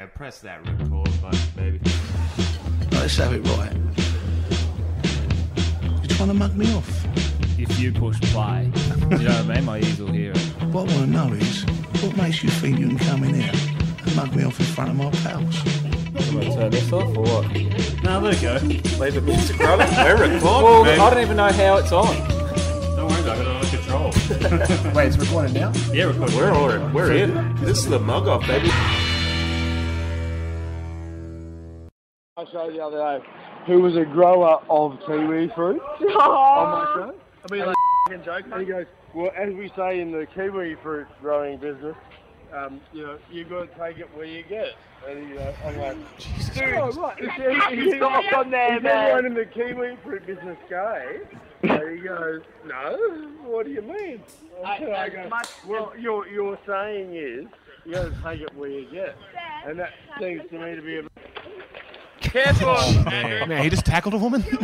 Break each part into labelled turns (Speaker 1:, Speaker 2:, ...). Speaker 1: Yeah, press that record button, baby.
Speaker 2: Let's have it right. You're trying to mug me off.
Speaker 3: if you push play, you know what I mean? My ears will hear it.
Speaker 2: What I want to know is, what makes you think you can come in here and mug me off in front of my pals?
Speaker 4: Turn this off or what?
Speaker 5: No, there you go.
Speaker 4: Leave the music running. We're recording.
Speaker 5: mate.
Speaker 6: Oh,
Speaker 4: Well, I don't even know how it's on.
Speaker 5: Don't worry about it. I'm under control.
Speaker 2: Wait, it's recorded now?
Speaker 5: Yeah, record.
Speaker 4: We're on. We're in. This is the mug off, baby.
Speaker 7: I showed the other day who was a grower of kiwi fruit on my show. I mean, like joke. And he goes, well, as we say in the kiwi fruit growing business, um, you know, you got to take it where you get it. And he, uh, I'm like, Jesus dude, what? Is there, is there, on there, is anyone in the kiwi fruit business gay? And he goes, no. What do you mean? And I go, well, your your saying is you got to take it where you get, it. and that seems to me to be a careful.
Speaker 6: Yeah, he just tackled a woman.
Speaker 1: Did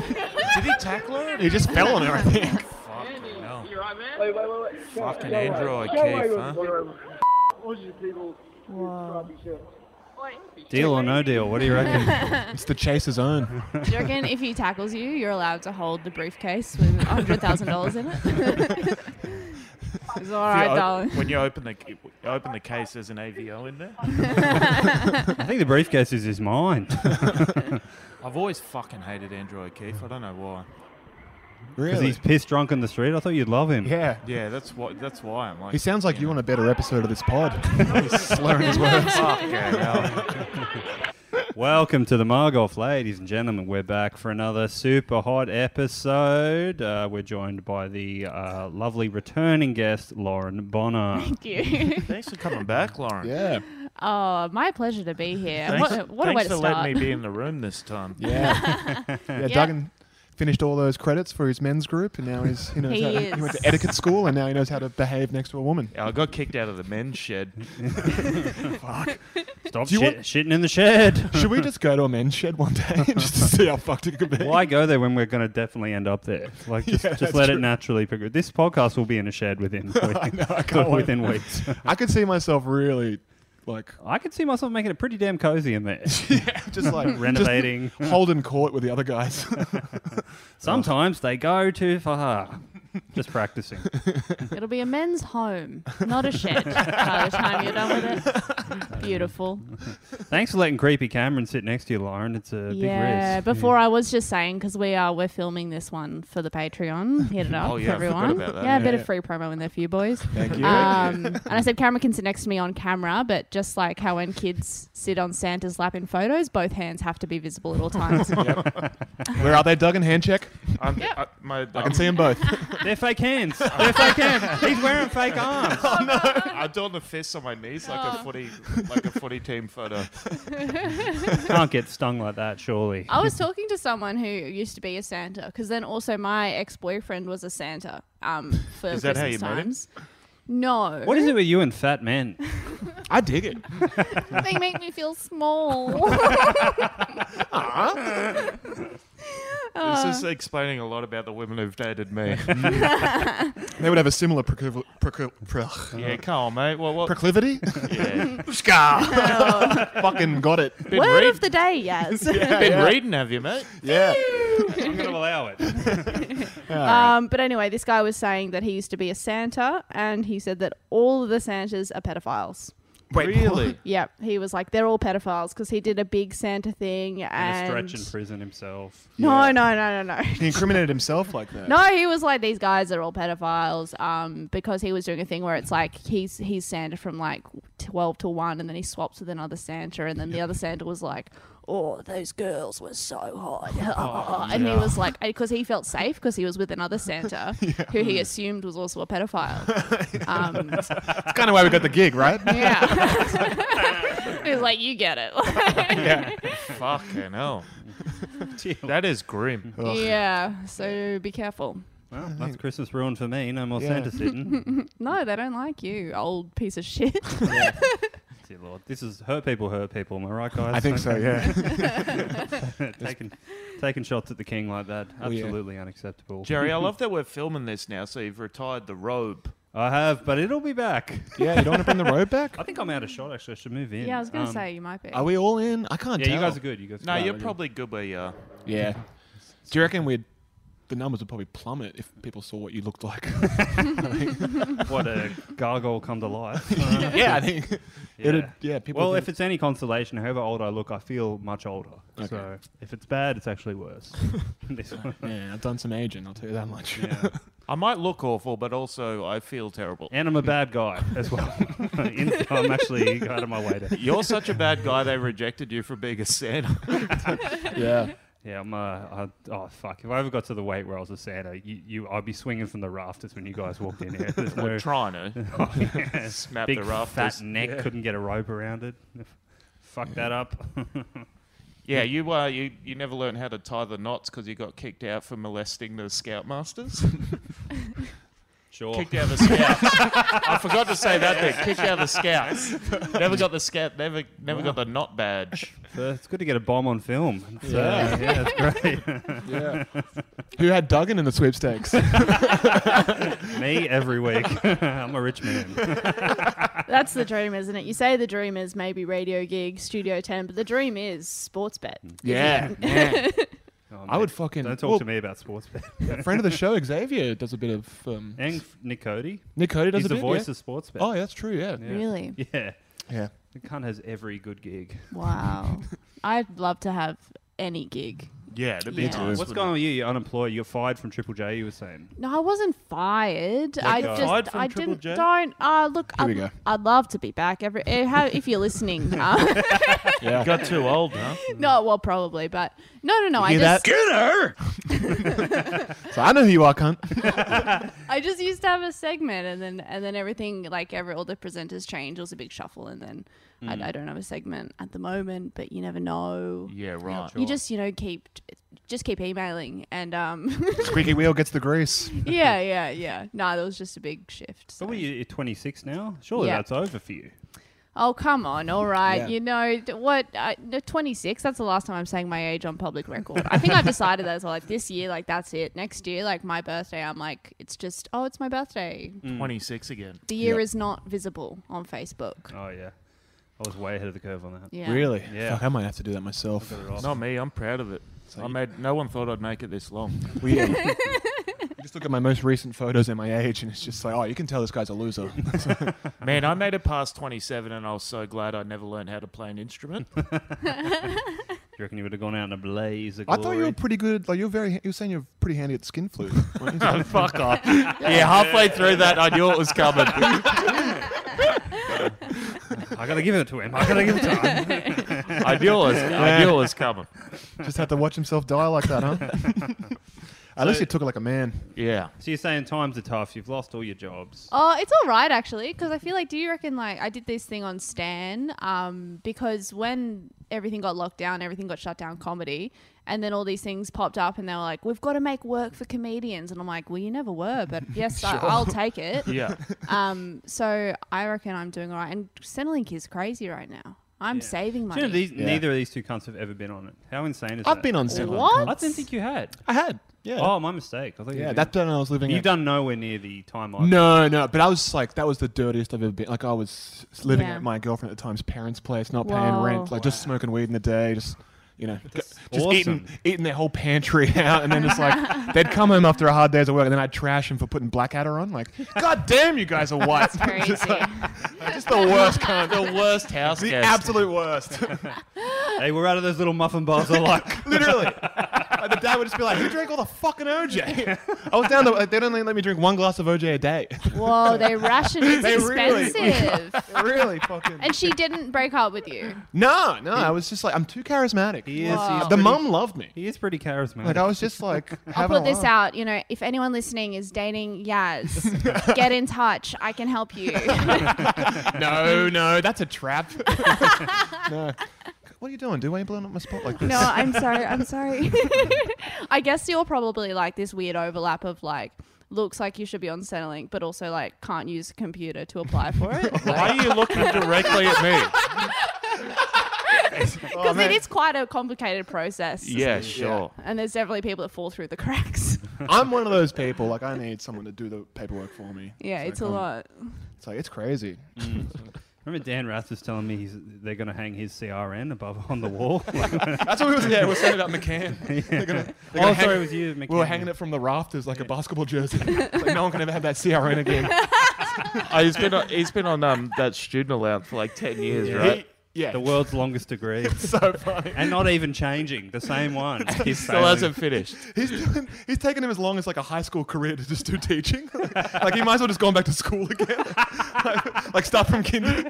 Speaker 1: he tackle her?
Speaker 6: he just fell on her, I think.
Speaker 7: Wait, wait, wait, wait. Go-
Speaker 1: Fucking
Speaker 7: go
Speaker 1: Andrew
Speaker 7: away.
Speaker 1: O'Keefe,
Speaker 7: Go away with-
Speaker 1: huh?
Speaker 7: go away with- All you people who can't be sure.
Speaker 3: Deal or no deal? What do you reckon?
Speaker 6: It's the chaser's own.
Speaker 8: Do you reckon if he tackles you, you're allowed to hold the briefcase with hundred thousand dollars in it? it's all right,
Speaker 1: You op-
Speaker 8: darling.
Speaker 1: when you open the you open the case, there's an AVO in there.
Speaker 5: I think the briefcase is his mind.
Speaker 1: I've always fucking hated Andrew O'Keefe. I don't know why.
Speaker 5: Because
Speaker 6: Really?
Speaker 5: he's pissed drunk in the street. I thought you'd love him.
Speaker 6: Yeah.
Speaker 1: Yeah, that's why. That's why I'm like.
Speaker 6: He sounds like you on a better episode of this pod. He's slurring his words.
Speaker 1: Fucking hell.
Speaker 5: Welcome to the mug off, ladies and gentlemen. We're back for another super hot episode. Uh, we're joined by the uh, lovely returning guest, Lauren Bonner.
Speaker 8: Thank you.
Speaker 1: Thanks for coming back, Lauren.
Speaker 6: Yeah.
Speaker 8: oh, my pleasure to be here.
Speaker 1: Thanks,
Speaker 8: what, what a
Speaker 1: thanks
Speaker 8: way to
Speaker 1: for
Speaker 8: start.
Speaker 1: letting me be in the room this time.
Speaker 6: Yeah. Yeah, Duggan finished all those credits for his men's group, and now he's, he, knows
Speaker 8: He
Speaker 6: how to-
Speaker 8: is.
Speaker 6: he went to etiquette school, and now he knows how to behave next to a woman.
Speaker 1: Yeah, I got kicked out of the men's shed.
Speaker 5: Stop
Speaker 6: Do you
Speaker 5: shit,
Speaker 6: want-
Speaker 5: shitting in the shed.
Speaker 6: Should we just go to a men's shed one day just to see how fucked it could be?
Speaker 5: Why go there when we're going to definitely end up there? Like, just,
Speaker 6: Yeah,
Speaker 5: just
Speaker 6: that's
Speaker 5: let
Speaker 6: true.
Speaker 5: it naturally progress. This podcast will be in a shed within
Speaker 6: I can't wait.
Speaker 5: within weeks.
Speaker 6: I could see myself really, like,
Speaker 5: I could see myself making it pretty damn cozy in there.
Speaker 6: just Oh. like
Speaker 5: Renovating.
Speaker 6: just holding court with the other guys.
Speaker 5: Sometimes they go too far. Just practicing.
Speaker 8: It'll be a men's home, not a shed. by the time you're done with it, beautiful.
Speaker 5: Thanks for letting creepy Cameron sit next to you, Lauren. It's a
Speaker 8: yeah.
Speaker 5: big risk.
Speaker 8: Before I was just saying because we are we're filming this one for the Patreon. Hit it up,
Speaker 1: Oh,
Speaker 8: for
Speaker 1: yeah, I forgot
Speaker 8: everyone.
Speaker 1: about that.
Speaker 8: Yeah, a bit
Speaker 6: Yeah.
Speaker 8: of free promo in there for you boys.
Speaker 6: Thank you.
Speaker 8: Um, and I said camera can sit next to me on camera, but just like how when kids sit on Santa's lap in photos, both hands have to be visible at all times.
Speaker 6: Where are they, Duggan? Hand check.
Speaker 1: I'm, I, my,
Speaker 6: I can see them both.
Speaker 5: They're fake hands. They're fake hands. He's wearing fake arms.
Speaker 1: I'm doing the fists on my knees like
Speaker 8: Oh.
Speaker 1: a footy, like a footy team photo.
Speaker 8: Uh-huh.
Speaker 5: Can't get stung like that, surely.
Speaker 8: I was talking to someone who used to be a Santa, because then also my ex boyfriend was a Santa. Um, for
Speaker 1: Is that how you
Speaker 8: Christmas
Speaker 1: met him?
Speaker 8: times. No,
Speaker 5: What is it with you and fat men?
Speaker 6: I dig it.
Speaker 8: they make me feel small.
Speaker 1: this is explaining a lot about the women who've dated me.
Speaker 6: They would have a similar procliv- procl- pro-
Speaker 1: yeah, come on, mate. Well, what?
Speaker 6: proclivity.
Speaker 1: Yeah.
Speaker 6: Scar. Fucking got it.
Speaker 1: Been,
Speaker 8: Word
Speaker 1: read,
Speaker 8: of the day, Yaz.
Speaker 1: been reading, have you, mate?
Speaker 6: Yeah.
Speaker 5: I'm going to allow it.
Speaker 8: Um, but anyway, this guy was saying that he used to be a Santa, and he said that all of the Santas are pedophiles.
Speaker 6: Wait,
Speaker 1: really?
Speaker 8: Yeah, he was like, they're all pedophiles because he did a big Santa thing and.
Speaker 5: Stretch in prison himself.
Speaker 8: no,
Speaker 6: Yeah.
Speaker 8: no, no, no, no.
Speaker 6: He incriminated himself like that.
Speaker 8: No, he was like these guys are all pedophiles, um, because he was doing a thing where it's like he's he's Santa from like twelve to one, and then he swaps with another Santa, and then the other Santa was like, "Oh, those girls were so hot," and he was like, because he felt safe because he was with another Santa who he assumed was also a pedophile. um,
Speaker 6: That's kind of why we got the gig, right?
Speaker 8: yeah, he was like, "You get it."
Speaker 6: yeah.
Speaker 1: Fucking hell. That is grim.
Speaker 8: yeah, so be careful.
Speaker 5: Well, Oh, that's Christmas ruined for me. No more
Speaker 6: Yeah.
Speaker 5: Santa sitting.
Speaker 8: No, they don't like you, old piece of shit.
Speaker 5: Dear Lord, this is hurt people, hurt people. Am I right, guys?
Speaker 6: I think so. Yeah.
Speaker 5: taking, taking shots at the king like that.
Speaker 6: Oh, yeah.
Speaker 5: Absolutely unacceptable.
Speaker 1: Jerry, I love that we're filming this now, so you've retired the robe.
Speaker 5: I have, but it'll be back.
Speaker 6: Yeah, you don't want to bring the road back?
Speaker 5: I think I'm out of shot. Actually, I should move in.
Speaker 8: Yeah, I was gonna
Speaker 5: Um,
Speaker 8: say you might be.
Speaker 6: Are we all in? I can't
Speaker 5: Yeah,
Speaker 6: tell.
Speaker 5: you guys are good. You guys. are
Speaker 1: No,
Speaker 5: good.
Speaker 1: you're probably good where you are.
Speaker 6: Yeah. Do you reckon we'd the numbers would probably plummet if people saw what you looked like?
Speaker 5: what a gargoyle come to life. Uh,
Speaker 6: yeah, I think it'd yeah, people
Speaker 5: well,
Speaker 6: would
Speaker 5: if it's any consolation, however old I look, I feel much older. So if it's bad, it's actually worse. this one.
Speaker 6: Yeah, I've done some aging, I'll tell you that much.
Speaker 1: I might look awful, but also I feel terrible.
Speaker 5: And I'm a bad guy as well. In- I'm actually out of my way to.
Speaker 1: You're such a bad guy. They rejected you for being a Santa.
Speaker 6: yeah.
Speaker 5: Yeah, I'm. Uh, I, oh fuck! If I ever got to the weight where I was a Santa, you, you I'd be swinging from the rafters when you guys walked in here. There's no
Speaker 1: We're trying to.
Speaker 5: Oh, yeah.
Speaker 1: Snap
Speaker 5: big
Speaker 1: the rafters.
Speaker 5: fat neck couldn't get a rope around it. Fuck that up.
Speaker 1: Yeah, you uh, you you never learned how to tie the knots because you got kicked out for molesting the scoutmasters.
Speaker 5: sure.
Speaker 1: kicked out of the scouts. I forgot to say that bit. Kicked out of the scouts. Never got the scout. Never never got the knot badge.
Speaker 5: So it's good to get a bomb on film. So,
Speaker 6: Yeah.
Speaker 5: yeah. it's great.
Speaker 6: Yeah. Who had Duggan in the sweepstakes?
Speaker 5: Me every week. I'm a rich man.
Speaker 8: That's the dream, isn't it? You say the dream is maybe radio gig, Studio 10, but the dream is sports bet.
Speaker 5: Mm.
Speaker 6: yeah.
Speaker 5: Oh,
Speaker 6: I would
Speaker 5: mate,
Speaker 6: fucking
Speaker 5: Don't talk
Speaker 6: well,
Speaker 5: to me about sports bet.
Speaker 6: A friend of the show, Xavier, does a bit of um,
Speaker 5: and Nick Cody.
Speaker 6: Nick Cody does
Speaker 5: He's
Speaker 6: a
Speaker 5: the
Speaker 6: bit,
Speaker 5: voice
Speaker 6: yeah?
Speaker 5: of sports bet.
Speaker 6: Oh, yeah, that's true. Yeah,
Speaker 5: Yeah.
Speaker 8: Really?
Speaker 5: Yeah.
Speaker 6: yeah.
Speaker 5: The cunt has every good gig.
Speaker 8: Wow. I'd love to have any gig.
Speaker 1: Yeah, it'd
Speaker 8: be Yeah. nice,
Speaker 5: What's going on with you? You're unemployed. You're fired from Triple J, you were saying.
Speaker 8: No, I wasn't fired. I
Speaker 5: got
Speaker 8: just
Speaker 5: fired from
Speaker 8: I
Speaker 5: Triple
Speaker 8: didn't
Speaker 5: J?
Speaker 8: don't uh look
Speaker 6: Here
Speaker 8: I'd,
Speaker 6: we go.
Speaker 8: I'd love to be back every eh, how- if you're listening. Uh,
Speaker 1: You got too old, huh?
Speaker 8: no, well probably, but no no no, I
Speaker 6: hear
Speaker 8: just
Speaker 6: So I know who you are, cunt.
Speaker 8: I just used to have a segment and then and then everything like every all the presenters changed. It was a big shuffle and then
Speaker 5: Mm.
Speaker 8: I, I don't have a segment at the moment, but you never know.
Speaker 1: Yeah, right.
Speaker 8: You just you know keep just keep emailing and um
Speaker 6: Squeaky wheel gets the grease.
Speaker 8: yeah yeah yeah no that was just a big shift. so.
Speaker 5: But what are you, you're 26 now? Surely
Speaker 8: Yeah.
Speaker 5: that's over for you.
Speaker 8: Oh come on! All right,
Speaker 6: Yeah.
Speaker 8: you know d- what? I, no, Twenty six. That's the last time I'm saying my age on public record. I think I've decided that as well. Like this year, like that's it. Next year, like my birthday, I'm like, it's just oh, it's my birthday.
Speaker 1: Twenty six again.
Speaker 8: The year
Speaker 6: Yeah.
Speaker 8: is not visible on Facebook.
Speaker 5: Oh, yeah. I was way ahead of the curve on that.
Speaker 8: Yeah.
Speaker 6: Really?
Speaker 5: Yeah.
Speaker 6: Fuck, I might have to do that myself.
Speaker 1: Not me. I'm proud of it. I made. No one thought I'd make it this long.
Speaker 6: Weird. um, just look at my most recent photos and my age, and it's just like, oh, you can tell this guy's a loser.
Speaker 1: Man, I made it past 27 and I was so glad I never learned how to play an instrument.
Speaker 5: You reckon you would have gone out in a blaze of
Speaker 6: I
Speaker 5: glory?
Speaker 6: thought you were pretty good. Like you're very, you were saying you're pretty handy at skin flute.
Speaker 1: Fuck off. Yeah, halfway through that, I knew it was coming.
Speaker 5: I gotta give it to him. I gotta give it to him.
Speaker 1: I knew it was, I knew it was coming.
Speaker 6: just had to watch himself die like that, huh? At least you took it like a man.
Speaker 1: Yeah.
Speaker 5: so you're saying times are tough. You've lost all your jobs.
Speaker 8: Oh, it's all right actually, because I feel like. Do you reckon like I did this thing on Stan? Um, because when everything got locked down, everything got shut down. Comedy, and then all these things popped up, and they were like, "We've got to make work for comedians," and I'm like, "Well, you never were, but yes, I, I'll take it."
Speaker 1: Yeah.
Speaker 8: Um, so I reckon I'm doing all right. And Centrelink is crazy right now. I'm
Speaker 5: Do you
Speaker 8: saving Oh, money.
Speaker 5: know these,
Speaker 6: Yeah.
Speaker 5: neither of these two cunts have ever been on it? How insane is that?
Speaker 6: I've been on Centrelink.
Speaker 8: What?
Speaker 5: I didn't think you had.
Speaker 6: I had. Yeah.
Speaker 5: Oh, my mistake. I thought you
Speaker 6: yeah.
Speaker 5: did.
Speaker 6: That's when I was living.
Speaker 5: You've
Speaker 6: at-
Speaker 5: done nowhere near the time I.
Speaker 6: No, no, but I was like, that was the dirtiest I've ever been. Like, I was s- living
Speaker 8: Yeah.
Speaker 6: at my girlfriend at the time's parents' place, not paying
Speaker 8: Whoa.
Speaker 6: rent, like just smoking weed in the day, just you know, g- just
Speaker 5: awesome.
Speaker 6: eating eating their whole pantry out, and then just like they'd come home after a hard day's of work, and then I'd trash them for putting blackadder on. Like, god damn, you guys are white.
Speaker 8: Crazy.
Speaker 6: just the worst kind,
Speaker 1: The worst house
Speaker 6: the
Speaker 1: guest.
Speaker 6: absolute worst.
Speaker 5: Hey, we're out of those little muffin bars. I like.
Speaker 6: Literally. Like, the dad would just be like, "Who drank all the fucking OJ?" I was down to like, they don't even let me drink one glass of OJ a day.
Speaker 8: Whoa, they ration is
Speaker 6: They really-
Speaker 8: expensive.
Speaker 6: really fucking.
Speaker 8: and she didn't break up with you.
Speaker 6: No, no, I was just like, I'm too charismatic.
Speaker 5: He is.
Speaker 8: Wow.
Speaker 5: He's
Speaker 6: The
Speaker 5: pretty-
Speaker 6: mum loved me.
Speaker 5: He is pretty charismatic.
Speaker 6: Like I was just like,
Speaker 8: I'll
Speaker 6: having
Speaker 8: put
Speaker 6: a
Speaker 8: this
Speaker 6: laugh.
Speaker 8: out. You know, if anyone listening is dating Yaz, get in touch. I can help you.
Speaker 6: No, no, that's a trap. no. What are you doing? Do I ain't blowing up my spot like this?
Speaker 8: no, I'm sorry. I'm sorry. I guess you're probably like this weird overlap of like, looks like you should be on Centrelink, but also like can't use a computer to apply for it.
Speaker 1: Why are you looking directly at me?
Speaker 6: Oh,
Speaker 8: Because it is quite a complicated process.
Speaker 1: Yeah, sure.
Speaker 8: And there's definitely people that fall through the cracks.
Speaker 6: I'm one of those people. Like, I need someone to do the paperwork for me.
Speaker 8: Yeah,
Speaker 6: So
Speaker 8: it's a
Speaker 6: come-
Speaker 8: lot.
Speaker 6: It's like it's crazy.
Speaker 5: Remember Dan Rath was telling me he's, they're going to hang his CRN above on the wall?
Speaker 6: That's what we was. Yeah, we we're setting it up McCann. They're gonna, they're gonna
Speaker 5: oh,
Speaker 6: hang-
Speaker 5: sorry, it was you,
Speaker 6: We were hanging it from the rafters like a basketball jersey. It's like no one can ever have that CRN again.
Speaker 1: Oh, he's been on, he's been on um, that student allowance for like ten years, right?
Speaker 6: He- yeah,
Speaker 5: The world's longest degree.
Speaker 6: so funny.
Speaker 5: and not even changing. The same one.
Speaker 1: He
Speaker 5: He's
Speaker 1: still
Speaker 5: failing.
Speaker 1: hasn't finished.
Speaker 6: He's doing, he's taken him as long as like a high school career to just do teaching. like he might as well just gone back to school again. like, like start from kindy.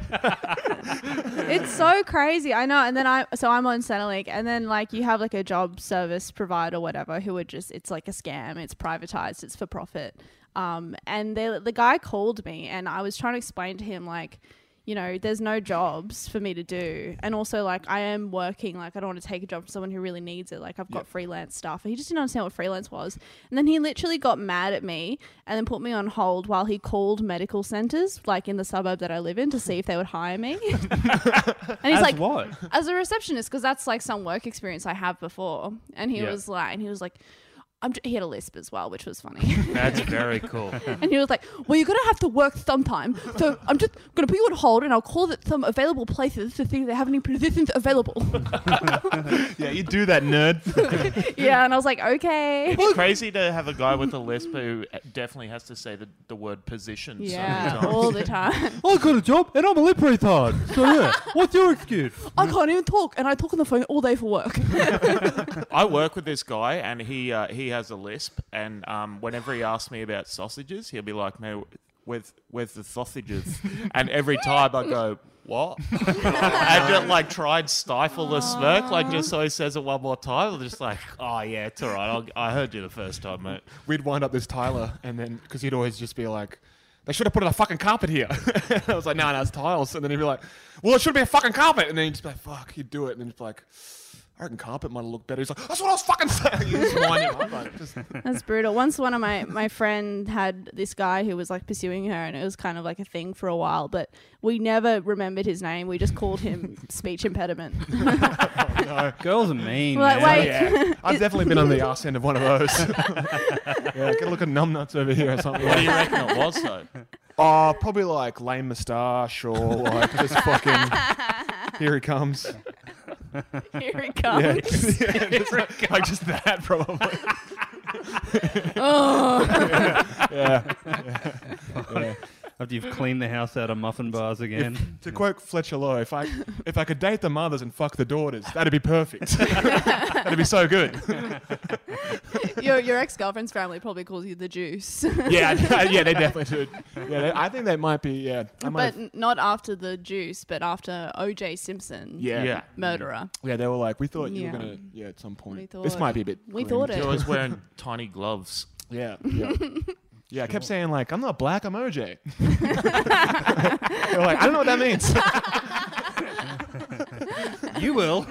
Speaker 8: It's so crazy. I know. And then I, so I'm on Centrelink, and then like you have like a job service provider, whatever, who are just, it's like a scam. It's privatized. It's for profit. Um, and they, the guy called me, and I was trying to explain to him like, you know, there's no jobs for me to do, and also like I am working. Like I don't want to take a job from someone who really needs it. Like I've got freelance stuff. He just didn't understand what freelance was, and then he literally got mad at me and then put me on hold while he called medical centers, like in the suburb that I live in, to see if they would hire me. And he's
Speaker 5: As
Speaker 8: like,
Speaker 5: what?
Speaker 8: as a receptionist, because that's like some work experience I have before. And he
Speaker 5: Yeah.
Speaker 8: was like, and he was like, I'm j-, he had a lisp as well, which was funny.
Speaker 1: That's very cool.
Speaker 8: and he was like, well, you're gonna have to work sometime, so I'm just gonna put you on hold, and I'll call it some available places to see if they have any positions available.
Speaker 6: Yeah, you do that, nerd.
Speaker 8: yeah, and I was like, okay.
Speaker 1: It's crazy to have a guy with a lisp who uh, definitely has to say the, the word position. So
Speaker 8: Yeah,
Speaker 1: many times.
Speaker 8: all the time.
Speaker 5: I got a job and I'm a lip retard. So yeah, what's your excuse?
Speaker 8: I can't even talk, and I talk on the phone all day for work.
Speaker 1: I work with this guy, and he uh, he has a lisp, and um, whenever he asks me about sausages, he'll be like, "No, with where's the sausages?" and every time I go, "What?" and just, like try and stifle the smirk, like just so he says it one more time. I'm just like, "Oh yeah, it's all right. I'll, I heard you the first time, mate."
Speaker 6: We'd wind up this Tyler, and then because he'd always just be like, "They should have put in a fucking carpet here." I was like, "No, no, it's tiles." And then he'd be like, "Well, it should be a fucking carpet." And then he'd just be like, "Fuck," he'd do it, and then he'd be like. I reckon carpet might have looked better. He's like, that's what I was fucking saying. You just wind him up, like, just-
Speaker 8: That's brutal. Once one of my my friend had this guy who was like pursuing her, and it was kind of like a thing for a while. But we never remembered his name. We just called him speech impediment.
Speaker 5: Girls are mean.
Speaker 8: We're like,
Speaker 5: man.
Speaker 8: wait,
Speaker 6: Yeah, I've definitely been on the arse end of one of those. yeah, get a look at numbnuts over here or something.
Speaker 1: What do you reckon it was though?
Speaker 6: Oh, probably like lame moustache or like just fucking. Here he comes.
Speaker 8: here it
Speaker 6: Yeah,
Speaker 8: comes.
Speaker 6: yeah, just, like just that probably.
Speaker 8: Oh,
Speaker 5: After you've cleaned the house out of muffin bars again.
Speaker 6: to quote Fletcher Lowe, if I if I could date the mothers and fuck the daughters, that'd be perfect. that'd be so good.
Speaker 8: your your ex girlfriend's family probably calls you the juice,
Speaker 6: Yeah, yeah, they definitely should. Yeah, they, I think that might be. Yeah, I might.
Speaker 8: but
Speaker 6: have-
Speaker 8: n- not after the juice, but after O.J. Simpson,
Speaker 6: yeah. yeah.
Speaker 1: Yeah.
Speaker 8: murderer.
Speaker 6: they were like, we thought you
Speaker 8: Yeah.
Speaker 6: were gonna, yeah, at some point.
Speaker 8: We
Speaker 6: this
Speaker 8: thought-
Speaker 6: might be a bit.
Speaker 8: we
Speaker 6: grim.
Speaker 8: thought it.
Speaker 1: He always wearing tiny gloves.
Speaker 6: Yeah, yeah. Yeah, I kept saying like, I'm not black, I'm OJ. They're like, I don't know what that means.
Speaker 5: you will.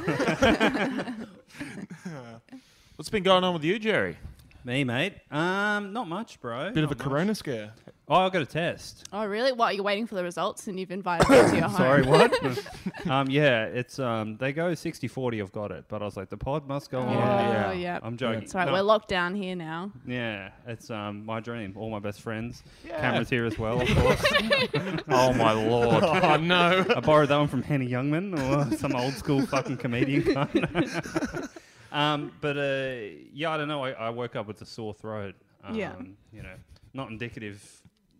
Speaker 1: What's been going on with you, Jerry?
Speaker 5: Me, mate. Um, not much, bro.
Speaker 6: Bit of a
Speaker 5: Not much.
Speaker 6: corona scare.
Speaker 5: Oh, I got a test.
Speaker 8: Oh, really? What? You're waiting for the results, and you've invited me to your home.
Speaker 5: Sorry, what? um, yeah, it's um, they go 60-40 I've got it, but I was like, the pod must go
Speaker 8: Oh,
Speaker 5: on.
Speaker 1: Yeah.
Speaker 8: yeah.
Speaker 5: I'm joking.
Speaker 8: It's all right.
Speaker 5: No.
Speaker 8: We're locked down here now.
Speaker 5: Yeah, it's um, my dream. All my best friends.
Speaker 6: Yeah.
Speaker 5: Cameras here as well, of course.
Speaker 1: Oh my lord!
Speaker 6: Oh no.
Speaker 5: I borrowed that one from Henny Youngman or some old school fucking comedian. cunt. um, but uh, yeah, I don't know. I, I woke up with a sore throat. Um,
Speaker 8: Yeah.
Speaker 5: You know, not indicative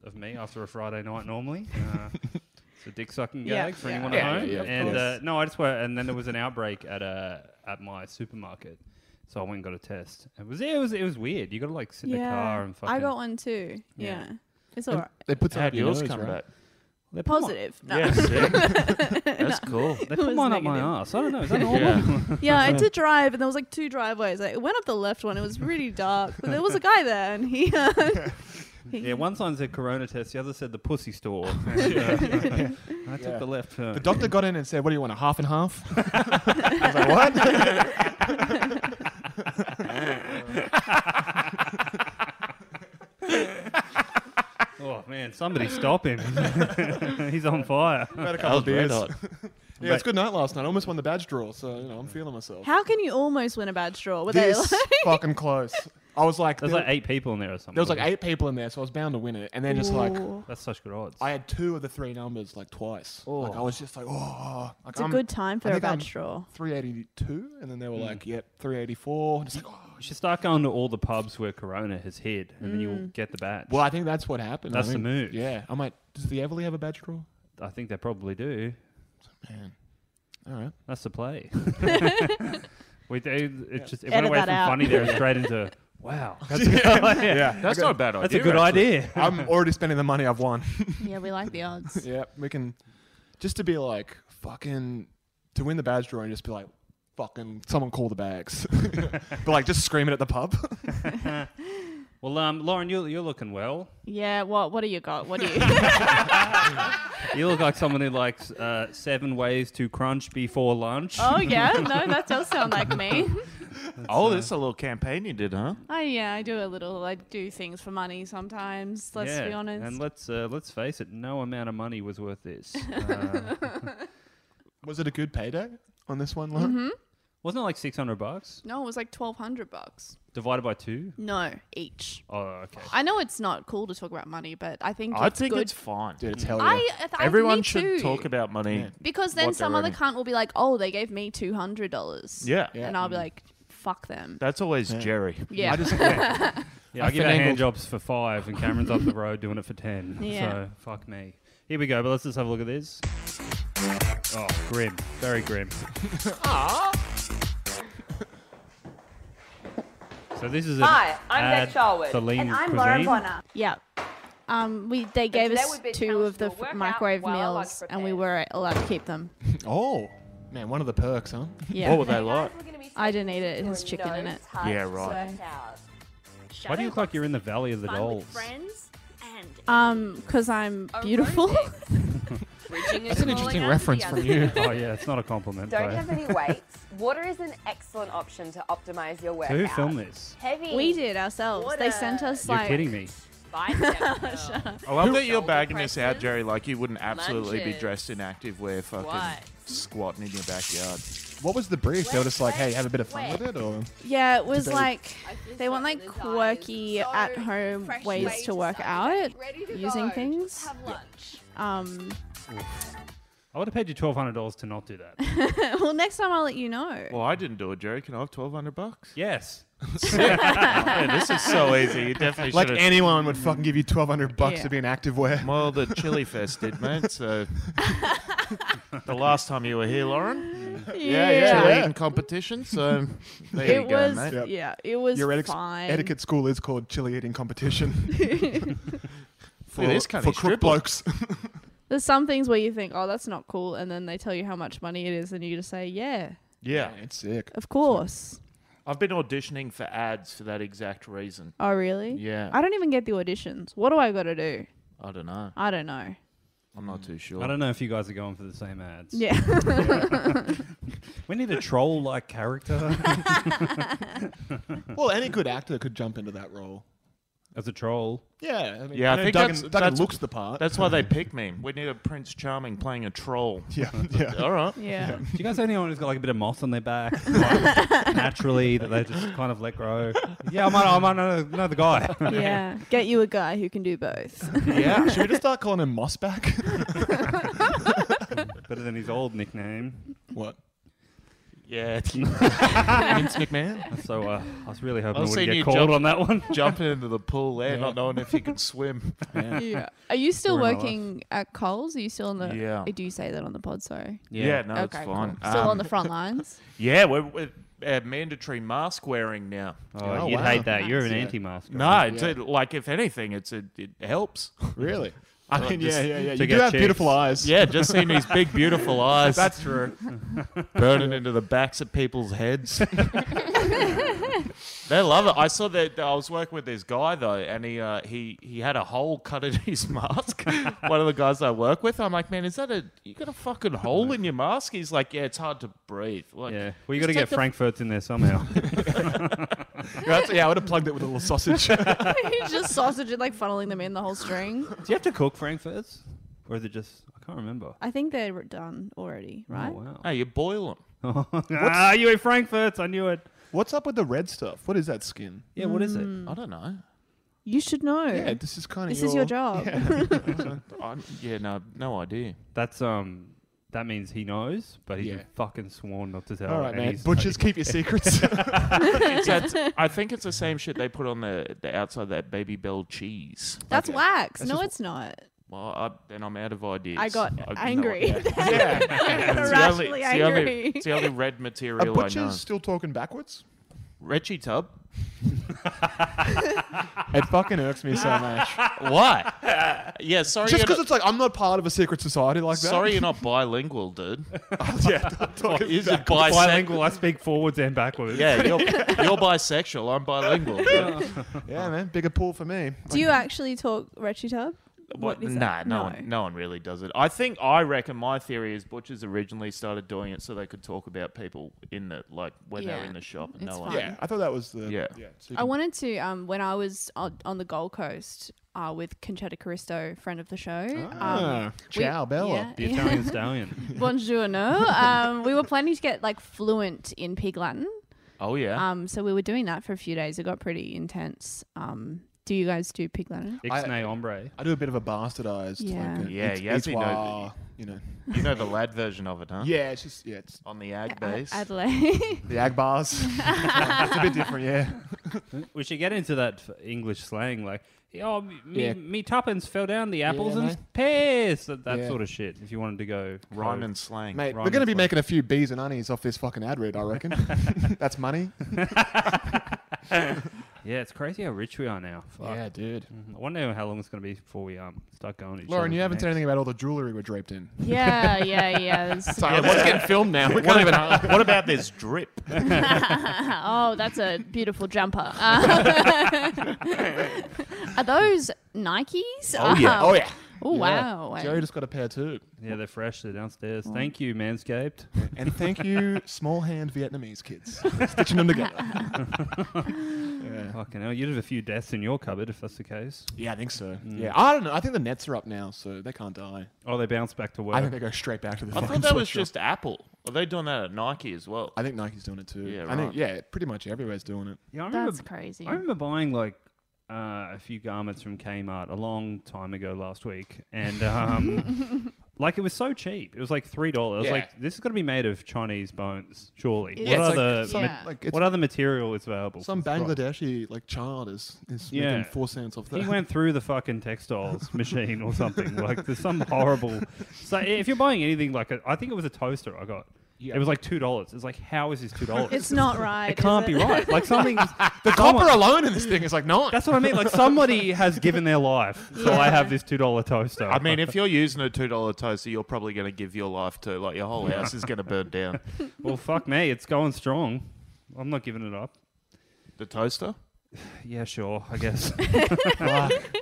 Speaker 5: of me after a Friday night normally. Uh, it's a dick sucking
Speaker 8: Yeah,
Speaker 5: gag for
Speaker 8: yeah.
Speaker 5: anyone
Speaker 6: Yeah,
Speaker 5: at home.
Speaker 6: yeah, yeah, of
Speaker 5: and
Speaker 6: course.
Speaker 5: uh, no, I just went, and then there was an outbreak at a at my supermarket. So I went and got a test. It was it was it was weird. You got to like sit in a car and fucking.
Speaker 8: I got one too.
Speaker 5: Yeah.
Speaker 8: Yeah. It's all right.
Speaker 6: They put
Speaker 1: How'd
Speaker 6: something
Speaker 1: yours come back?
Speaker 5: They put my-
Speaker 8: Positive. No.
Speaker 1: Yeah, sick. That's cool.
Speaker 5: They
Speaker 8: It
Speaker 5: put
Speaker 8: was
Speaker 5: mine up my
Speaker 8: negative.
Speaker 5: ass. I don't know. Is that normal?
Speaker 1: Yeah.
Speaker 8: yeah, I did drive, and there was like two driveways. I went up the left one. It was really dark, but there was a guy there, and he. Uh,
Speaker 5: Yeah, one sign said Corona test, the other said the pussy store. And, uh, I took
Speaker 6: Yeah.
Speaker 5: the left turn.
Speaker 6: The doctor got in and said, "What do you want? A half and half?" I was like, "What?"
Speaker 5: oh man, somebody stop him! He's on fire.
Speaker 6: Had a
Speaker 1: That
Speaker 6: couple
Speaker 1: was
Speaker 6: of
Speaker 1: red
Speaker 6: beers.
Speaker 1: hot.
Speaker 6: Yeah, it's a good night last night. I almost won the badge draw, so you know I'm feeling myself.
Speaker 8: how can you almost win a bad straw? Were
Speaker 6: this
Speaker 8: they like?
Speaker 6: fucking close. I was like,
Speaker 5: There's
Speaker 6: there,
Speaker 5: like eight people in there or something.
Speaker 6: there was like
Speaker 5: wasn't
Speaker 6: eight people in there, so I was bound to win it. And then just like,
Speaker 8: Ooh.
Speaker 5: there? That's such good odds.
Speaker 6: I had two of the three numbers like twice. Like I was just like, oh, like
Speaker 8: It's a
Speaker 6: I'm
Speaker 8: good time for
Speaker 6: I
Speaker 8: a
Speaker 6: think
Speaker 8: bad
Speaker 6: I'm-
Speaker 8: straw.
Speaker 6: 382, and then they were like, yep, 384. Just like, oh.
Speaker 5: you should start going to all the pubs where Corona has hid, and then
Speaker 8: Mm.
Speaker 5: you'll get the badge.
Speaker 6: Well, I think that's what happened. I
Speaker 5: That's the
Speaker 6: think-
Speaker 5: move.
Speaker 6: Yeah, I might. Does the Everly have a badge crawl?
Speaker 5: I think they probably do.
Speaker 6: Man, all right.
Speaker 5: That's the play. we do. It just it went
Speaker 8: Edit
Speaker 5: away
Speaker 8: that
Speaker 5: from
Speaker 8: out.
Speaker 5: funny there and straight into wow. That's a good idea.
Speaker 1: That's not a bad idea.
Speaker 5: That's a good
Speaker 1: actually.
Speaker 5: idea.
Speaker 6: I'm already spending the money I've won.
Speaker 8: Yeah, we like the odds.
Speaker 6: yeah, we can just to be like fucking to win the badge draw and just be like fucking someone call the bags, but like just scream it at the pub.
Speaker 5: Well, um, Lauren, you're, you're looking well.
Speaker 8: Yeah, what what do you got? What do you
Speaker 5: You look like someone who likes uh, seven ways to crunch before lunch.
Speaker 8: Oh yeah, no, that does sound like me.
Speaker 1: Oh, this is a little campaign you did, huh?
Speaker 8: Oh yeah, I do a little I do things for money sometimes, let's
Speaker 5: Yeah,
Speaker 8: be honest.
Speaker 5: And let's uh, let's face it, no amount of money was worth this. Uh,
Speaker 6: Was it a good payday on this one, Lauren?
Speaker 8: Mm-hmm.
Speaker 5: wasn't it like six hundred bucks
Speaker 8: no, it was like twelve hundred bucks.
Speaker 5: divided by two?
Speaker 8: No, each.
Speaker 5: Oh, okay.
Speaker 8: I know it's not cool to talk about money, but I think
Speaker 1: I
Speaker 8: it's
Speaker 1: think
Speaker 8: good.
Speaker 1: it's fine.
Speaker 6: Dude, it's hell yeah.
Speaker 8: I, I
Speaker 1: Everyone
Speaker 8: me
Speaker 1: should
Speaker 8: too.
Speaker 1: talk about money.
Speaker 8: because then
Speaker 1: what they're
Speaker 8: some other
Speaker 1: earning.
Speaker 8: cunt will be like, "Oh, they gave me two hundred dollars."
Speaker 1: Yeah.
Speaker 8: and
Speaker 9: Mm-hmm.
Speaker 8: I'll be like, "Fuck them."
Speaker 1: That's always Jerry.
Speaker 8: Yeah,
Speaker 6: I just
Speaker 5: Yeah,
Speaker 6: I
Speaker 5: I give out hand
Speaker 6: finagled-
Speaker 5: jobs for five, and Cameron's up the road doing it for ten.
Speaker 8: Yeah.
Speaker 5: So fuck me. Here we go. But let's just have a look at this. Oh, grim. Very grim. So this is an
Speaker 9: Hi, I'm
Speaker 5: ad
Speaker 9: Beth Sharwood.
Speaker 5: for lean
Speaker 9: And I'm
Speaker 5: cuisine.
Speaker 9: Lauren Bonner.
Speaker 8: yeah. Um, we they gave
Speaker 9: today
Speaker 8: us
Speaker 9: would be a
Speaker 8: two
Speaker 9: challenge
Speaker 8: of the
Speaker 9: to work
Speaker 8: f-
Speaker 9: out
Speaker 8: microwave
Speaker 9: while I
Speaker 8: meals, and we
Speaker 9: prepare.
Speaker 8: were allowed to keep them.
Speaker 6: oh man, one of the perks, huh?
Speaker 8: Yeah,
Speaker 1: What were they like?
Speaker 8: I didn't eat it. It has chicken in it.
Speaker 1: Yeah, right.
Speaker 5: Why do you look like you're in the Valley of the Dolls?
Speaker 9: Friends and
Speaker 8: Um, because I'm beautiful.
Speaker 9: That's
Speaker 6: an interesting reference from you.
Speaker 5: Oh yeah, it's not a compliment.
Speaker 9: Don't
Speaker 5: though.
Speaker 9: have any weights. Water is an excellent option to optimize your workout.
Speaker 5: Who filmed this?
Speaker 9: Heavy.
Speaker 8: we did ourselves.
Speaker 9: What
Speaker 8: They
Speaker 9: a-
Speaker 8: sent us
Speaker 5: You're
Speaker 8: like
Speaker 5: kidding me.
Speaker 9: Bicep
Speaker 1: I love that you're
Speaker 9: Shoulder
Speaker 1: bagging this out,
Speaker 9: presses,
Speaker 1: Jerry. Like you wouldn't absolutely be
Speaker 9: lunges.
Speaker 1: dressed in active wear, fucking
Speaker 9: What?
Speaker 1: squatting in your backyard.
Speaker 6: What was the brief? They were just like,
Speaker 9: Wet,
Speaker 6: hey, have a bit of fun
Speaker 9: wet,
Speaker 6: with it, or
Speaker 8: Yeah, it was
Speaker 6: Debate.
Speaker 8: like
Speaker 9: feel
Speaker 8: they want
Speaker 9: something
Speaker 8: like
Speaker 9: in his eyes.
Speaker 8: quirky
Speaker 9: So
Speaker 8: at home
Speaker 9: fresh
Speaker 8: ways
Speaker 9: way
Speaker 8: to
Speaker 9: to
Speaker 8: work out
Speaker 9: start. Ready to
Speaker 8: using
Speaker 9: go.
Speaker 8: things. Um,
Speaker 5: I would have paid you twelve hundred dollars to not do that.
Speaker 8: well, next time I'll let you know.
Speaker 1: Well, I didn't do it, Jerry. Can I have twelve hundred bucks?
Speaker 5: yes.
Speaker 1: Yeah, this is so easy. You definitely
Speaker 6: like
Speaker 1: should have.
Speaker 6: anyone would fucking give you twelve hundred bucks
Speaker 8: Yeah.
Speaker 6: to be an active wear.
Speaker 1: well, the Chili Fest did, mate. So the last time you were here, Lauren,
Speaker 8: Yeah,
Speaker 1: chili eating competition. So there you
Speaker 8: It
Speaker 1: go,
Speaker 8: was
Speaker 1: mate.
Speaker 6: Yep.
Speaker 8: yeah, it was
Speaker 6: Your etics-
Speaker 8: fine.
Speaker 6: etiquette school is called chili eating competition
Speaker 1: For, this
Speaker 6: for
Speaker 1: kind
Speaker 6: crook blokes.
Speaker 8: There's some things where you think, oh, that's not cool, and then they tell you how much money it is, and you just say, yeah,
Speaker 1: Yeah,
Speaker 6: it's sick.
Speaker 8: of course.
Speaker 1: I've been auditioning for ads for that exact reason.
Speaker 8: Oh, really?
Speaker 1: Yeah.
Speaker 8: I don't even get the auditions. What do I got to do?
Speaker 1: I don't know.
Speaker 8: I don't know.
Speaker 1: I'm not too sure.
Speaker 5: I don't know if you guys are going for the same ads.
Speaker 8: Yeah.
Speaker 5: We need a troll like character.
Speaker 6: Well, any good actor could jump into that role.
Speaker 5: As a troll.
Speaker 6: Yeah, I mean,
Speaker 1: Yeah, I
Speaker 6: know
Speaker 1: think
Speaker 6: Duggan,
Speaker 1: that's-
Speaker 6: Duggan
Speaker 1: that's-
Speaker 6: looks the part.
Speaker 1: That's why they pick me. We need a Prince Charming playing a troll.
Speaker 6: yeah, yeah.
Speaker 1: All right.
Speaker 8: yeah.
Speaker 5: Do you guys know anyone who's got like a bit of moss on their back like, naturally that they just kind of let grow? Yeah, I might, I might know, know the guy.
Speaker 8: Yeah. Get you a guy who can do both.
Speaker 6: yeah. Should we just start calling him Mossback?
Speaker 5: Better than his old nickname.
Speaker 6: what?
Speaker 1: Yeah.
Speaker 6: Vince McMahon?
Speaker 5: So uh, I was really hoping
Speaker 1: I've
Speaker 5: I
Speaker 1: seen
Speaker 5: wouldn't
Speaker 1: you
Speaker 5: get called
Speaker 1: jump-
Speaker 5: on that one.
Speaker 1: Jumping into the pool there, not knowing if you can swim.
Speaker 8: yeah. Are you still
Speaker 5: We're in a
Speaker 8: working at Coles? Are you still on the?
Speaker 1: Yeah.
Speaker 8: Do you say that on the pod? Sorry.
Speaker 1: Yeah, no, it's
Speaker 8: okay.
Speaker 1: fine.
Speaker 8: cool. Still
Speaker 1: Um,
Speaker 8: on the front lines.
Speaker 1: Yeah, we're, we're uh, mandatory mask wearing now.
Speaker 5: Oh,
Speaker 6: Oh,
Speaker 5: you'd
Speaker 6: wow.
Speaker 5: hate that. You're an
Speaker 8: Yeah.
Speaker 5: anti-mask. guy.
Speaker 1: No, it's a- like if anything, it's a, it helps.
Speaker 6: Really? I mean, yeah, yeah, yeah.
Speaker 5: to
Speaker 6: You do
Speaker 5: get
Speaker 6: have
Speaker 5: chicks.
Speaker 6: beautiful eyes.
Speaker 1: Yeah, just seeing these big, beautiful eyes
Speaker 6: That's true.
Speaker 1: burning into the backs of people's heads. they love it. I saw that. I was working with this guy though, and he uh, he he had a hole cut in his mask. One of the guys I work with, I'm like, man, is that a you got a fucking hole in your mask? He's like, yeah, it's hard to breathe. Like,
Speaker 5: Yeah. Well, you got
Speaker 1: just
Speaker 5: to get
Speaker 1: take the-
Speaker 5: Frankfurt's in there somehow.
Speaker 6: Yeah, that's- yeah, I would have plugged it with a little sausage.
Speaker 8: He's just sausage and like funneling them in the whole string.
Speaker 5: Do you have to cook Frankfurt's? Or is it just. I can't remember.
Speaker 8: I think they're done already, right?
Speaker 5: Oh, wow.
Speaker 1: Hey, you boil them.
Speaker 5: ah, you ate Frankfurt's. I knew it.
Speaker 6: What's up with the red stuff? What is that skin?
Speaker 5: Yeah, what is it?
Speaker 1: I don't know.
Speaker 8: You should know.
Speaker 6: Yeah, this is kind of
Speaker 8: This is your job.
Speaker 6: Yeah.
Speaker 1: I'm, yeah, no, no idea.
Speaker 5: That's um. That means he knows, but he's
Speaker 6: Yeah.
Speaker 5: been fucking sworn not to tell.
Speaker 6: All right,
Speaker 5: and
Speaker 6: man.
Speaker 5: he's-
Speaker 6: Butchers keep your secrets.
Speaker 1: It's that- I think it's the same shit they put on the, the outside of that Baby Bell cheese.
Speaker 8: That's wax.
Speaker 6: This
Speaker 8: no,
Speaker 6: is-
Speaker 8: it's not.
Speaker 1: Well, I, then I'm out of ideas.
Speaker 8: I got
Speaker 1: I've no
Speaker 8: angry.
Speaker 1: idea. It's the only-
Speaker 8: Irrationally
Speaker 1: it's the only-
Speaker 8: angry.
Speaker 1: It's the only red
Speaker 6: Are
Speaker 1: material I know.
Speaker 6: butchers still talking backwards?
Speaker 1: Reggie Tub.
Speaker 6: It fucking irks me so much.
Speaker 1: Why? Yeah, sorry.
Speaker 6: Just
Speaker 1: you're
Speaker 6: because
Speaker 1: not-
Speaker 6: it's like I'm not part of a secret society like that.
Speaker 1: sorry you're not bilingual, dude.
Speaker 6: yeah, don't talk it
Speaker 1: Is it
Speaker 6: back.
Speaker 5: bilingual.
Speaker 1: bisexual?
Speaker 5: I speak forwards and backwards.
Speaker 6: Um,
Speaker 1: Yeah, you're, you're bisexual. I'm bilingual. dude.
Speaker 6: Yeah, man. Bigger pool for me.
Speaker 8: Do you actually talk
Speaker 1: What?
Speaker 8: RetroTub? What is
Speaker 1: Nah,
Speaker 8: that?
Speaker 1: no,
Speaker 8: No.
Speaker 1: One, no one really does it. I think I reckon my theory is butchers originally started doing it so they could talk about people in the like when they're
Speaker 8: Yeah,
Speaker 1: in the shop and
Speaker 8: it's
Speaker 1: no one.
Speaker 8: fine.
Speaker 6: Yeah, I thought that was the.
Speaker 1: Yeah.
Speaker 6: so you
Speaker 8: I
Speaker 6: can-
Speaker 8: wanted to um, when I was on, on the Gold Coast uh, with Conchetta Caristo, friend of the show.
Speaker 6: Ah,
Speaker 8: um, we-
Speaker 6: ciao, Bella.
Speaker 5: The Italian stallion.
Speaker 8: Bonjour, no. Um, we were planning to get like fluent in Pig Latin.
Speaker 1: Oh yeah.
Speaker 8: Um, so we were doing that for a few days. It got pretty intense. Um, do you guys do Pig Latin?
Speaker 5: Ixnay hombre.
Speaker 6: I do a bit of a bastardized.
Speaker 8: Yeah.
Speaker 6: Like a,
Speaker 1: Yeah,
Speaker 6: it's,
Speaker 1: yeah,
Speaker 6: it's
Speaker 1: you know the-
Speaker 6: wah, you know.
Speaker 8: Um,
Speaker 1: you know the lad version of it, huh?
Speaker 6: Yeah, it's just yeah, it's
Speaker 1: On the ag
Speaker 8: Ad-
Speaker 1: base.
Speaker 8: Adelaide.
Speaker 6: the ag bars. it's a bit different, yeah.
Speaker 5: We should get into that f- English slang, like, oh, me,
Speaker 6: Yeah.
Speaker 5: me tuppence fell down the apples
Speaker 6: Yeah,
Speaker 5: and
Speaker 6: mate.
Speaker 5: pears. That, that
Speaker 6: Yeah.
Speaker 5: sort of shit. If you wanted to go
Speaker 1: Rhyme and slang.
Speaker 6: Mate,
Speaker 5: Rhyme
Speaker 6: we're gonna
Speaker 5: and
Speaker 6: be
Speaker 5: slang.
Speaker 6: making a few bees and honeys off this fucking ad read, I reckon. That's money.
Speaker 5: Yeah, it's crazy how rich we are now. Fuck. Mm-hmm.
Speaker 6: dude.
Speaker 5: I wonder how long it's going to be before we um start going. to each
Speaker 6: Lauren,
Speaker 5: other's
Speaker 6: you haven't said
Speaker 5: necks.
Speaker 6: anything about all the jewellery we're draped in.
Speaker 8: yeah, yeah, yeah. There's-
Speaker 6: Sorry, what's getting filmed now? We can't even
Speaker 1: What about this drip?
Speaker 8: oh, that's a beautiful jumper. Uh, are those Nikes?
Speaker 1: Oh, yeah.
Speaker 8: Um,
Speaker 6: Oh yeah.
Speaker 8: Oh wow.
Speaker 6: Yeah. Joe just got a pair too.
Speaker 5: Yeah, they're fresh. They're downstairs. Thank you, Manscaped.
Speaker 6: And thank you, small hand Vietnamese kids. Stitching them together. yeah.
Speaker 5: Fucking hell, you'd have a few deaths in your cupboard if that's the case.
Speaker 6: yeah, I think so. Yeah. I don't know. I think the nets are up now, so they can't die.
Speaker 5: Oh, they bounce back to work.
Speaker 6: I think they go straight back to the
Speaker 1: I
Speaker 6: fucking
Speaker 1: thought that was
Speaker 6: sweatshop.
Speaker 1: just Apple. Are they doing that at Nike as well?
Speaker 6: I think Nike's doing it too.
Speaker 1: Yeah,
Speaker 6: I
Speaker 1: right.
Speaker 6: think yeah, pretty much everywhere's doing it.
Speaker 5: yeah, I remember,
Speaker 8: That's crazy.
Speaker 5: I remember buying like uh, a few garments from Kmart a long time ago last week, and um, like it was so cheap. It was like three dollars.
Speaker 6: Yeah.
Speaker 5: Like this is going to be made of Chinese bones, surely.
Speaker 8: Yeah,
Speaker 5: what
Speaker 8: it's
Speaker 6: like
Speaker 5: other
Speaker 8: some-
Speaker 5: ma-
Speaker 8: Yeah.
Speaker 6: Like it's
Speaker 5: what other material is available?
Speaker 6: some
Speaker 5: It's got-
Speaker 6: Bangladeshi like child is, is
Speaker 5: Yeah.
Speaker 6: making four cents off that.
Speaker 5: He went through the fucking textiles machine or something. Like there's some horrible. So if you're buying anything like a, I think it was a toaster I got. It was like two dollars. It's like how is this two dollars?
Speaker 8: It's not right.
Speaker 5: It can't
Speaker 8: is
Speaker 5: be
Speaker 8: it?
Speaker 5: right. Like something.
Speaker 6: the copper alone in this thing is like nine.
Speaker 5: That's what I mean. Like somebody has given their life, so I have this two dollar toaster.
Speaker 1: I mean, if you're using a two dollar toaster, you're probably going to give your life to like your whole house is going to burn down.
Speaker 5: well, fuck me, it's going strong. I'm not giving it up.
Speaker 1: The toaster?
Speaker 5: Yeah, sure, I guess.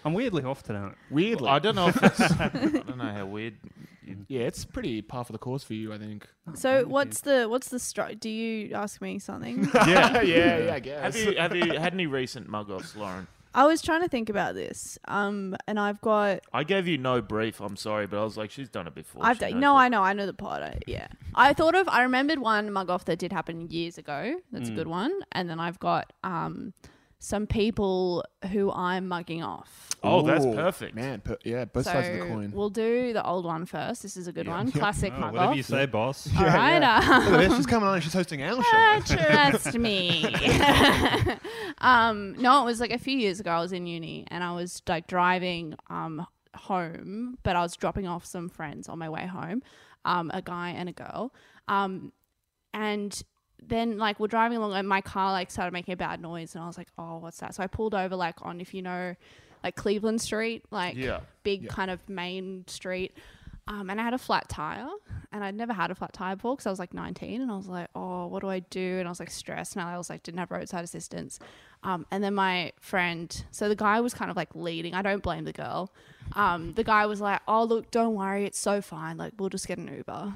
Speaker 5: I'm weirdly off today.
Speaker 1: Oh,
Speaker 6: Weirdly,
Speaker 1: I don't know. If it's, I don't know how weird.
Speaker 6: yeah, it's pretty par for the course for you, I think.
Speaker 8: So what's the what's the stri- do you ask me something?
Speaker 6: Yeah, yeah, yeah. I
Speaker 1: Have
Speaker 6: guess.
Speaker 1: you have you had any recent mug offs, Lauren?
Speaker 8: I was trying to think about this. Um and I've got
Speaker 1: I gave you no brief. I'm sorry, but I was like, she's done it before.
Speaker 8: I've
Speaker 1: she
Speaker 8: done,
Speaker 1: knows
Speaker 8: no,
Speaker 1: it.
Speaker 8: I know, I know the pod. I, yeah, I thought of, I remembered one mug off that did happen years ago. That's a good one. And then I've got um, some people who I'm mugging off.
Speaker 1: Oh, that's
Speaker 6: Ooh,
Speaker 1: perfect.
Speaker 6: man. Per, yeah, both
Speaker 8: so
Speaker 6: sides of the coin.
Speaker 8: we'll do the old one first. This is a good one, classic
Speaker 5: Oh,
Speaker 8: mug
Speaker 5: whatever
Speaker 8: off.
Speaker 5: you say, boss.
Speaker 8: All right, uh,
Speaker 6: Look at this, she's coming on. and She's hosting our
Speaker 8: Ah,
Speaker 6: show.
Speaker 8: trust me. um, no, it was like a few years ago. I was in uni and I was like driving um, home, but I was dropping off some friends on my way home, um, a guy and a girl. Um, and then like we're driving along and my car like started making a bad noise and I was like, oh, what's that? So I pulled over like on if you know, like Cleveland Street, like
Speaker 1: Yeah.
Speaker 8: big kind of main street. Um, and I had a flat tire, and I'd never had a flat tire before because I was like 19, and I was like, oh, what do I do? And I was like stressed, and I was like, didn't have roadside assistance. Um, and then my friend, so the guy was kind of like leading. I don't blame the girl. Um, the guy was like, oh, look, don't worry, it's so fine. Like, we'll just get an Uber.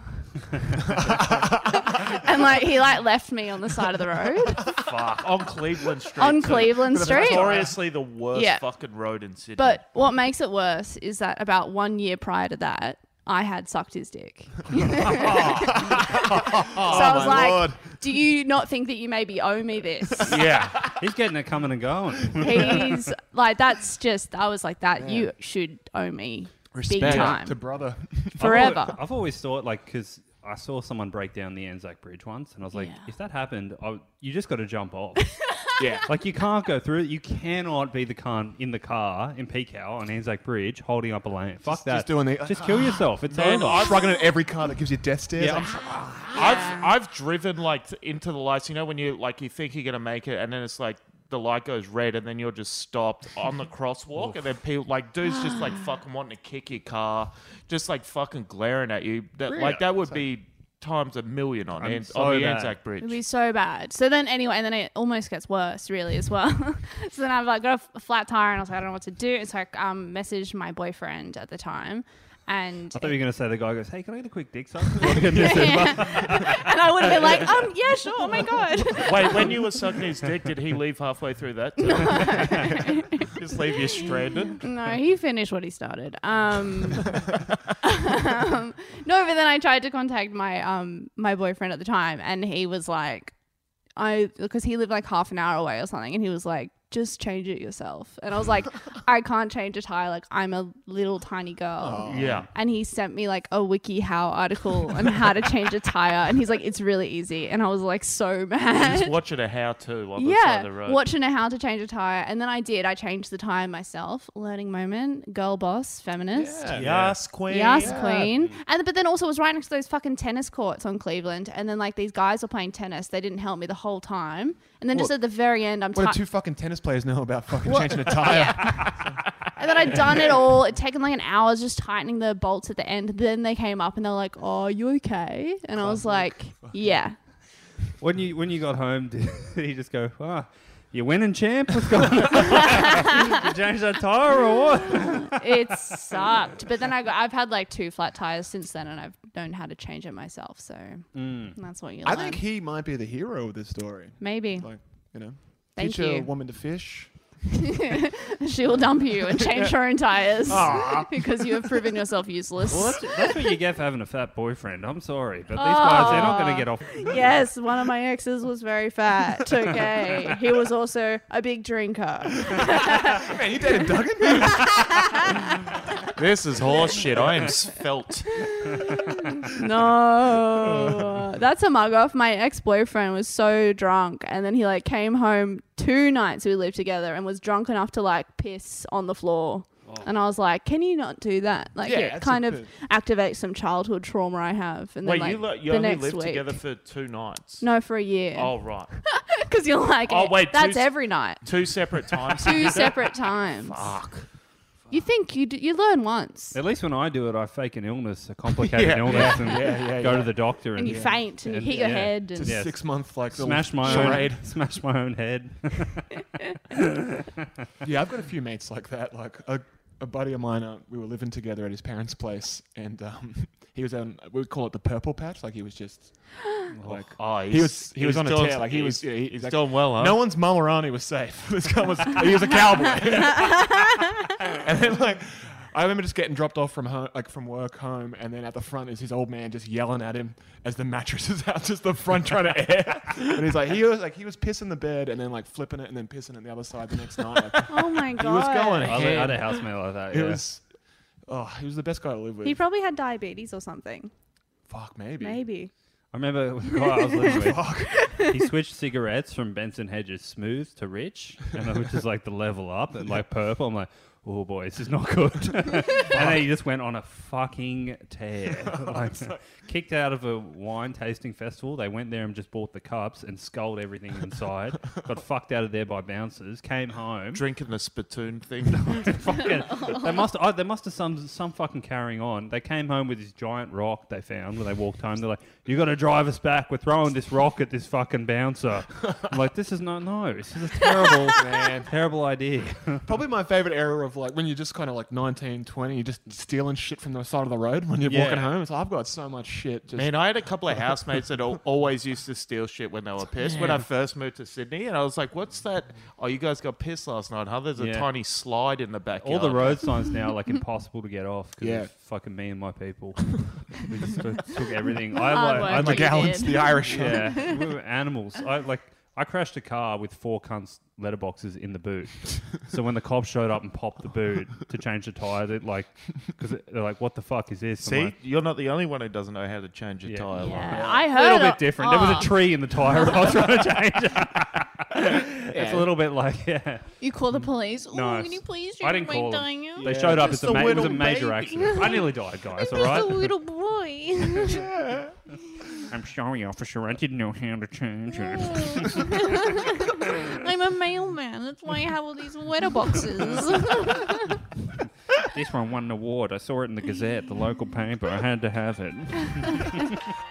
Speaker 8: and like, he like left me on the side of the road
Speaker 1: Fuck. On Cleveland Street.
Speaker 8: on
Speaker 1: too.
Speaker 8: Cleveland Street.
Speaker 1: Notoriously the worst
Speaker 8: Yeah.
Speaker 1: fucking road in Sydney.
Speaker 8: But what makes it worse is that about one year prior to that, I had sucked his dick. so I was
Speaker 6: my
Speaker 8: like,
Speaker 6: Lord.
Speaker 8: Do you not think that you maybe owe me this?
Speaker 1: yeah.
Speaker 5: He's getting it coming and going.
Speaker 8: He's like, that's just, I was like, that, you should owe me big time.
Speaker 6: to brother.
Speaker 8: forever.
Speaker 5: I've always, I've always thought like because I saw someone break down the Anzac Bridge once, and I was like,
Speaker 8: Yeah.
Speaker 5: if that happened, I w you just got to jump off.
Speaker 1: Yeah.
Speaker 5: like you can't go through. it. You cannot be the cunt in the car in peak hour on Anzac Bridge holding up a lane. Fuck that.
Speaker 6: just doing the- uh,
Speaker 5: just kill yourself. It's
Speaker 1: Man,
Speaker 5: over.
Speaker 1: I-
Speaker 6: Shrugging at every car that gives you death stares.
Speaker 5: Yeah,
Speaker 6: Like,
Speaker 1: I've I've driven like t- into the lights. You know when you like you think you're gonna make it, and then it's like the light goes red, and then you're just stopped on the crosswalk, and then people like dudes just like fucking wanting to kick your car, just like fucking glaring at you. That like that would be times a million on, An-
Speaker 5: so
Speaker 1: on the
Speaker 5: bad.
Speaker 1: Anzac Bridge.
Speaker 8: It'd be so bad. So then, anyway, and then it almost gets worse, really, as well. so then I've like got a f- a flat tire, and I was like, I don't know what to do. And so I um, messaged my boyfriend at the time, and
Speaker 5: I thought you were gonna say the guy goes, "Hey, can I get a quick dick suck?" yeah.
Speaker 8: and I would have been like, um, yeah, sure. Oh my god.
Speaker 1: Wait, when you were sucking his dick, did he leave halfway through that? too? just leave you stranded.
Speaker 8: no, he finished what he started. Um, um, no, but then I tried to contact my um my boyfriend at the time, and he was like, I because he lived like half an hour away or something, and he was like, just change it yourself. And I was like, I can't change a tire. Like I'm a little tiny girl.
Speaker 1: Yeah.
Speaker 8: And he sent me like a wiki how article on how to change a tire, and he's like, it's really easy. And I was like, so mad.
Speaker 1: Just watch it a how to on the side
Speaker 8: yeah,
Speaker 1: of the road.
Speaker 8: watching her how to change a tire, and then I did. I changed the tire myself. Learning moment, girl boss, feminist,
Speaker 1: Yes, queen.
Speaker 8: yes, queen. And but then also it was right next to those fucking tennis courts on Cleveland, and then like these guys were playing tennis. They didn't help me the whole time, and then just
Speaker 6: What-
Speaker 8: at the very end, I'm.
Speaker 6: What
Speaker 8: ti-
Speaker 6: do two fucking tennis players know about fucking changing a tire?
Speaker 8: And then I'd done it all. It'd taken like an hour just tightening the bolts at the end. Then they came up and they're like, "Oh, you okay?" And I was like, "Yeah."
Speaker 5: When you when you got home, did he just go, "Ah, you're winning, champ? What's going on? you changed that tire or what?"
Speaker 8: it sucked. But then I got, I've had like two flat tires since then, and I've known how to change it myself. So that's what you.
Speaker 6: I
Speaker 8: Learn.
Speaker 6: think he might be the hero of this story.
Speaker 8: maybe
Speaker 6: Like, you know,
Speaker 8: Thank
Speaker 6: teach a
Speaker 8: you.
Speaker 6: woman to fish.
Speaker 8: she will dump you and change her own tires because you have proven yourself useless.
Speaker 5: Well, that's, that's what you get for having a fat boyfriend. I'm sorry, but these guys they're not going to get off.
Speaker 8: Yes, one of my exes was very fat. Okay, he was also a big drinker.
Speaker 6: Man, you dated Duggan?
Speaker 1: This is horse shit. I am felt.
Speaker 8: No, that's a mug off. My ex boyfriend was so drunk, and then he like came home two nights we lived together and was drunk enough to like piss on the floor.
Speaker 1: Oh.
Speaker 8: And I was like, "Can you not do that? Like,
Speaker 6: Yeah,
Speaker 8: it
Speaker 6: that's a
Speaker 8: kind of
Speaker 6: bit-
Speaker 8: activates some childhood trauma I have." And
Speaker 1: Wait,
Speaker 8: then, like,
Speaker 1: you, lo- you
Speaker 8: the
Speaker 1: only
Speaker 8: next
Speaker 1: lived
Speaker 8: week,
Speaker 1: together for two nights.
Speaker 8: no, for a year,
Speaker 1: Oh right,
Speaker 8: because you're like,
Speaker 1: Oh, wait,
Speaker 8: that's
Speaker 1: two-
Speaker 8: every night,
Speaker 1: two separate times.
Speaker 8: two separate times." You think you d- you learn once,
Speaker 5: At least when I do it, I fake an illness, a complicated
Speaker 1: Yeah.
Speaker 5: illness, and go to the doctor and,
Speaker 8: and you faint, and you
Speaker 5: And-
Speaker 8: hit your
Speaker 5: yeah.
Speaker 8: head, and
Speaker 6: It's
Speaker 5: Yes.
Speaker 6: six month like little
Speaker 5: smash my
Speaker 6: charade.
Speaker 5: own, smash my own head.
Speaker 6: Yeah, I've got a few mates like that. Like a, a buddy of mine, uh, we were living together at his parents' place, and um, he was on. We would call it the purple patch. Like he was just like
Speaker 1: Oh, he's,
Speaker 6: he was he was
Speaker 1: he's
Speaker 6: on a
Speaker 1: doing-
Speaker 6: tear. Like he was.
Speaker 1: He's,
Speaker 6: Yeah, he,
Speaker 1: he's
Speaker 6: like,
Speaker 1: doing well, huh?
Speaker 6: No one's mum or auntie was safe. This guy was he was a cowboy. and then like I remember just getting dropped off from home, like from work home, and then at the front is his old man just yelling at him as the mattress is out, just the front trying to air. and he's like, he was like he was pissing the bed and then like flipping it and then pissing it the other side the next night. Like,
Speaker 8: oh my god,
Speaker 6: he was going.
Speaker 5: I had- I had
Speaker 6: ham.
Speaker 5: a housemate like that.
Speaker 6: It
Speaker 5: Yeah.
Speaker 6: was. Oh, he was the best guy to live with.
Speaker 8: He probably had diabetes or something.
Speaker 6: Fuck, maybe.
Speaker 8: Maybe.
Speaker 5: I remember the guy I was living with. he switched cigarettes from Benson Hedges Smooth to Rich, and then which is like the level up and like purple. I'm like, oh boy, this is not good. and then he just went on a fucking tear. Like, kicked out of a wine tasting festival. They went there and just bought the cups and sculled everything inside. got fucked out of there by bouncers. Came home.
Speaker 1: drinking the spittoon thing.
Speaker 5: fucking, they must. Oh, they must have some some fucking carrying on. They came home with this giant rock they found when they walked home. They're like, "You got to drive us back. We're throwing this rock at this fucking bouncer." I'm like, "This is not no. This is a terrible, terrible idea."
Speaker 6: Probably my favorite era of like when you're just kind of like 19, 20, you're just stealing shit from the side of the road when you're
Speaker 1: Yeah.
Speaker 6: walking home. It's like, I've got so much shit. Just
Speaker 1: Man, I had a couple of housemates that al- always used to steal shit when they were pissed. When I first moved to Sydney, and I was like, "What's that? Oh, you guys got pissed last night, huh? There's a
Speaker 5: Yeah.
Speaker 1: tiny slide in the backyard."
Speaker 5: All the road signs now are like impossible to get off because
Speaker 6: Yeah.
Speaker 5: it's fucking me and my people. we just took, took everything. I
Speaker 8: Hard
Speaker 5: like, I
Speaker 8: work,
Speaker 5: like
Speaker 8: you
Speaker 6: gallons,
Speaker 8: did.
Speaker 6: the Irish.
Speaker 5: yeah, we were animals. I like I crashed a car with four cunts letterboxes in the boot. So when the cop showed up and popped the boot to change the tires, it like because they're like, "What the fuck is this?" I'm
Speaker 1: See,
Speaker 5: like,
Speaker 1: you're not the only one who doesn't know how to change a
Speaker 5: Yeah.
Speaker 1: tire.
Speaker 8: Yeah,
Speaker 1: Like.
Speaker 8: I
Speaker 5: a
Speaker 8: heard
Speaker 5: little bit
Speaker 8: of-
Speaker 5: different. There was
Speaker 8: oh,
Speaker 5: a tree in the tire. I was trying to change. It's a little bit like yeah.
Speaker 8: You call the police. Oh,
Speaker 5: Mm. No,
Speaker 8: can you please
Speaker 5: I
Speaker 8: change
Speaker 5: didn't
Speaker 8: my
Speaker 5: call them.
Speaker 8: tire?
Speaker 5: They showed up. It's
Speaker 1: Just
Speaker 5: a,
Speaker 1: a
Speaker 5: ma- it was a
Speaker 1: little
Speaker 5: major
Speaker 1: baby.
Speaker 5: accident. I nearly died, guys. All
Speaker 8: Just a
Speaker 5: right.
Speaker 8: little boy.
Speaker 5: I'm sorry, officer. I didn't know how to change it.
Speaker 8: I'm a mailman. That's why I have all these letter boxes.
Speaker 5: This one won an award. I saw it in the Gazette, the local paper. I had to have it.